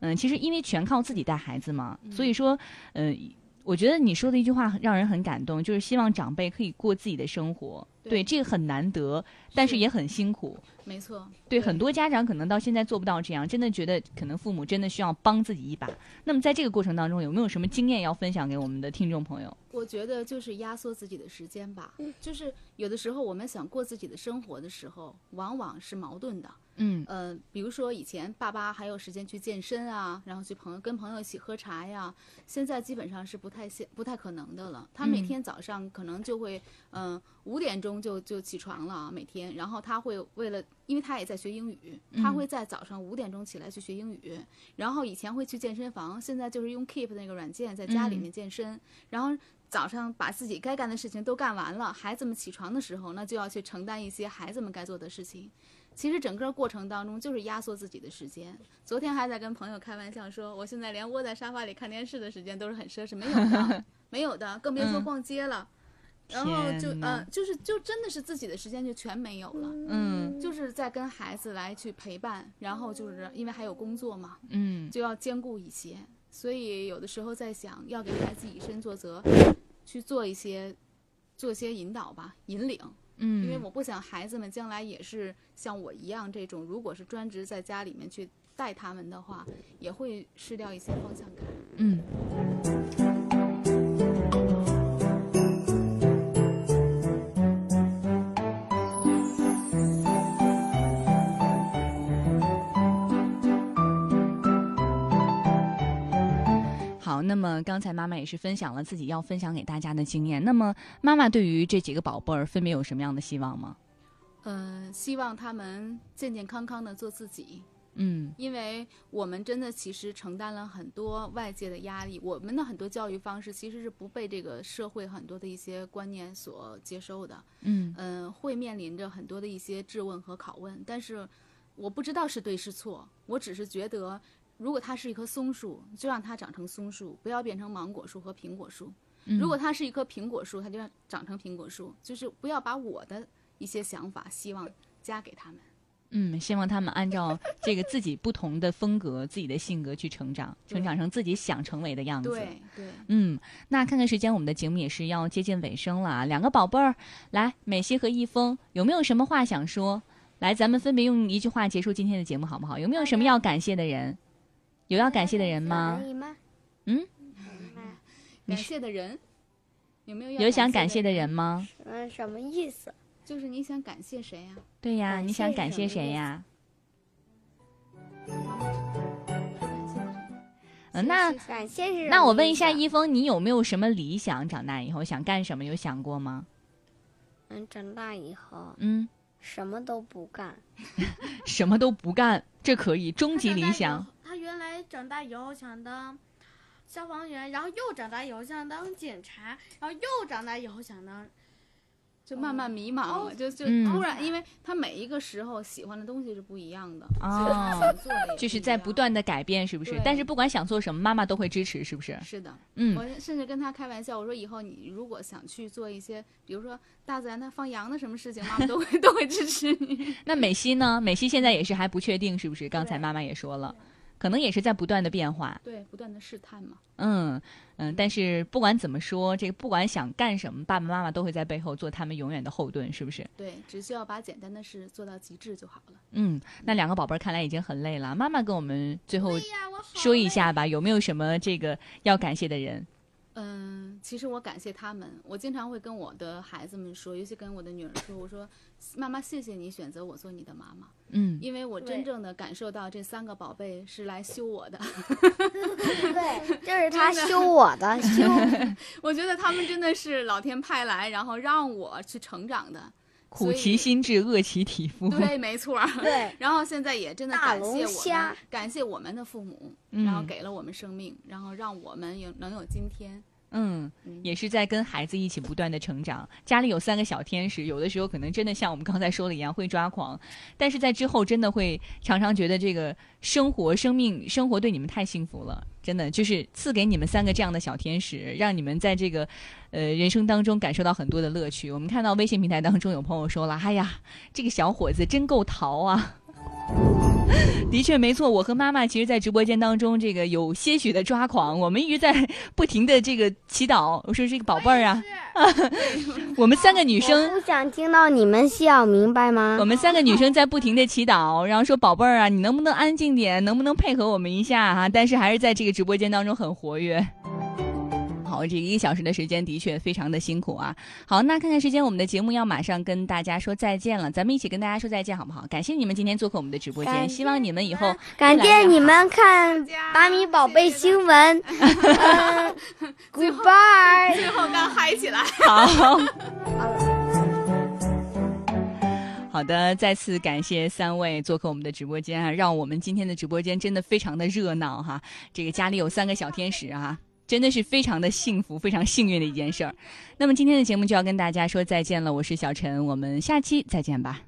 Speaker 1: 嗯，其实因为全靠自己带孩子嘛，所以说，呃，我觉得你说的一句话很让人很感动，就是希望长辈可以过自己的生活。对，这个很难得，但是也很辛苦。
Speaker 7: 没错，
Speaker 1: 对，很多家长可能到现在做不到这样，真的觉得可能父母真的需要帮自己一把。那么在这个过程当中，有没有什么经验要分享给我们的听众朋友？
Speaker 7: 我觉得就是压缩自己的时间吧，就是有的时候我们想过自己的生活的时候，往往是矛盾的。
Speaker 1: 嗯
Speaker 7: 呃，比如说以前爸爸还有时间去健身啊，然后去朋友跟朋友一起喝茶呀，现在基本上是不太现不太可能的了。他每
Speaker 1: 嗯
Speaker 7: 天早上可能就会，嗯、五点钟就就起床了啊，每天，然后他会为了，因为他也在学英语，他
Speaker 1: 嗯
Speaker 7: 会在早上五点钟起来去学英语，然后以前会去健身房，现在就是用 Keep 的那个软件在家里
Speaker 1: 嗯
Speaker 7: 面健身，然后早上把自己该干的事情都干完了，孩子们起床的时候，那就要去承担一些孩子们该做的事情。其实整个过程当中就是压缩自己的时间。昨天还在跟朋友开玩笑说，我现在连窝在沙发里看电视的时间都是很奢侈，没有的，
Speaker 1: <laughs>
Speaker 7: 没有的，更别说
Speaker 1: 嗯
Speaker 7: 逛街了。然后就
Speaker 1: 天哪
Speaker 7: 呃，就是就真的是自己的时间就全没有了，
Speaker 1: 嗯
Speaker 7: 就是在跟孩子来去陪伴，然后就是因为还有工作嘛，
Speaker 1: 嗯
Speaker 7: 就要兼顾一些，所以有的时候在想要给孩子以身作则，去做一些做一些引导吧，引领。
Speaker 1: 嗯
Speaker 7: 因为我不想孩子们将来也是像我一样这种，如果是专职在家里面去带他们的话，也会失掉一些方向感。
Speaker 1: 嗯。那么刚才妈妈也是分享了自己要分享给大家的经验。那么妈妈对于这几个宝贝儿分别有什么样的希望吗？
Speaker 7: 呃，希望他们健健康康的做自己。
Speaker 1: 嗯，
Speaker 7: 因为我们真的其实承担了很多外界的压力，我们的很多教育方式其实是不被这个社会很多的一些观念所接受的。
Speaker 1: 嗯
Speaker 7: 嗯、会面临着很多的一些质问和拷问，但是我不知道是对是错，我只是觉得，如果它是一棵松树，就让它长成松树，不要变成芒果树和苹果树。
Speaker 1: 嗯
Speaker 7: 如果它是一棵苹果树，它就要长成苹果树，就是不要把我的一些想法、希望加给他们。
Speaker 1: 嗯，希望他们按照这个自己不同的风格、自己的性格去成长，成长成自己想成为的样子。
Speaker 7: 对对，
Speaker 1: 嗯，那看看时间，我们的节目也是要接近尾声了啊。两个宝贝儿，来，美西和易峰，有没有什么话想说？来，咱们分别用一句话结束今天的节目，好不好？有没有什么要感谢的人？有要感谢的人吗？
Speaker 4: 吗？
Speaker 1: 嗯，
Speaker 7: 感谢的人有没有要
Speaker 1: 有想感
Speaker 7: 感
Speaker 1: 谢
Speaker 7: 谢
Speaker 1: 的人吗？
Speaker 4: 嗯，什么意思？
Speaker 7: 就是你想感谢谁呀、啊
Speaker 1: 对呀，你想感谢
Speaker 7: 是什么
Speaker 1: 谁
Speaker 7: 意思
Speaker 1: 呀？嗯，那
Speaker 4: 感谢是
Speaker 1: 那我问一下，一峰，你有没有什么理想？长大以后想干什么？有想过吗？
Speaker 4: 嗯，长大以后，
Speaker 1: 嗯，
Speaker 4: 什么都不
Speaker 1: <laughs>
Speaker 4: 干，
Speaker 1: 什么都不干，这可以，终极理想。
Speaker 6: 他原来长大以后想当消防员，然后又长大以后想当警察，然后又长大以后想当，
Speaker 7: 就慢慢迷茫了，就就
Speaker 1: 嗯
Speaker 7: 突然，因为他每一个时候喜欢的东西是不一样的，所以他
Speaker 1: 哦
Speaker 7: 想做的也不一样
Speaker 1: 就是在不断的改变，是不是
Speaker 7: 对？
Speaker 1: 但是不管想做什么，妈妈都会支持，是不是？
Speaker 7: 是的，
Speaker 1: 嗯
Speaker 7: 我甚至跟他开玩笑，我说以后你如果想去做一些，比如说大自然它放羊的什么事情，妈妈都会 <laughs> 都会支持你。
Speaker 1: 那美西
Speaker 7: 嗯
Speaker 1: 呢？美西现在也是还不确定，是不是？刚才妈妈也说了，可能也是在不断的变化。
Speaker 7: 对，不断的试探嘛。
Speaker 1: 嗯嗯，但是不管怎么说，这个不管想干什么，爸爸妈妈都会在背后做他们永远的后盾，是不是？
Speaker 7: 对，只需要把简单的事做到极致就好了。
Speaker 1: 嗯，那两个宝贝儿看来已经很累了，妈妈跟我们最后
Speaker 7: 啊
Speaker 1: 说一下吧，有没有什么这个要感谢的人？
Speaker 7: 嗯，其实我感谢他们，我经常会跟我的孩子们说，尤其跟我的女儿说，我说妈妈，谢谢你选择我做你的妈妈。
Speaker 1: 嗯
Speaker 7: 因为我
Speaker 6: 对
Speaker 7: 真正的感受到这三个宝贝是来修我的。 <laughs>
Speaker 4: 对，就是他
Speaker 7: 真的
Speaker 4: 修
Speaker 1: <laughs>
Speaker 4: 我的，修
Speaker 7: 我觉得他们真的是老天派来，然后让我去成
Speaker 4: <laughs>
Speaker 7: 长的。
Speaker 1: 苦其心志，饿其体肤。
Speaker 7: 对，没错儿。 <laughs>
Speaker 4: 对，
Speaker 7: 然后现在也真的
Speaker 4: 大
Speaker 7: 感
Speaker 4: 龙
Speaker 7: 谢我
Speaker 4: 虾
Speaker 7: 们，感谢我们的父母，
Speaker 1: 嗯
Speaker 7: 然后给了我们生命，然后让我们有能有今天。
Speaker 1: 嗯，也是在跟孩子一起不断的成长。家里有三个小天使，有的时候可能真的像我们刚才说的一样会抓狂，但是在之后真的会常常觉得这个生活、生命、生活对你们太幸福了，真的就是赐给你们三个这样的小天使，让你们在这个呃人生当中感受到很多的乐趣。我们看到微信平台当中有朋友说了：“哎呀，这个小伙子真够淘啊！” <laughs> 的确没错，我和妈妈其实，在直播间当中，这个有些许的抓狂，我们一直在不停的这个祈祷。我说这个宝贝儿啊， <laughs> 我们三个女生，
Speaker 4: 不想听到你们笑，明白吗？
Speaker 1: 我们三个女生在不停的祈祷，然后说宝贝儿啊，你能不能安静点，能不能配合我们一下哈、但是还是在这个直播间当中很活跃。好，这一个小时的时间的确非常的辛苦啊。好，那看看时间，我们的节目要马上跟大家说再见了，咱们一起跟大家说再见好不好？感谢你们今天做客我们的直播间，
Speaker 4: 感
Speaker 1: 希望你们以后
Speaker 4: 感
Speaker 1: 越来
Speaker 4: 谢
Speaker 1: 越
Speaker 4: 你
Speaker 1: 好
Speaker 4: 们看《妈咪宝贝新
Speaker 1: <laughs>
Speaker 4: 闻》嗯，Goodbye。
Speaker 7: 最后刚嗨起来。
Speaker 1: 好。 <laughs> 好的，再次感谢三位做客我们的直播间啊，让我们今天的直播间真的非常的热闹哈。这个家里有三个小天使啊，真的是非常的幸福、非常幸运的一件事儿。那么今天的节目就要跟大家说再见了，我是小陈，我们下期再见吧。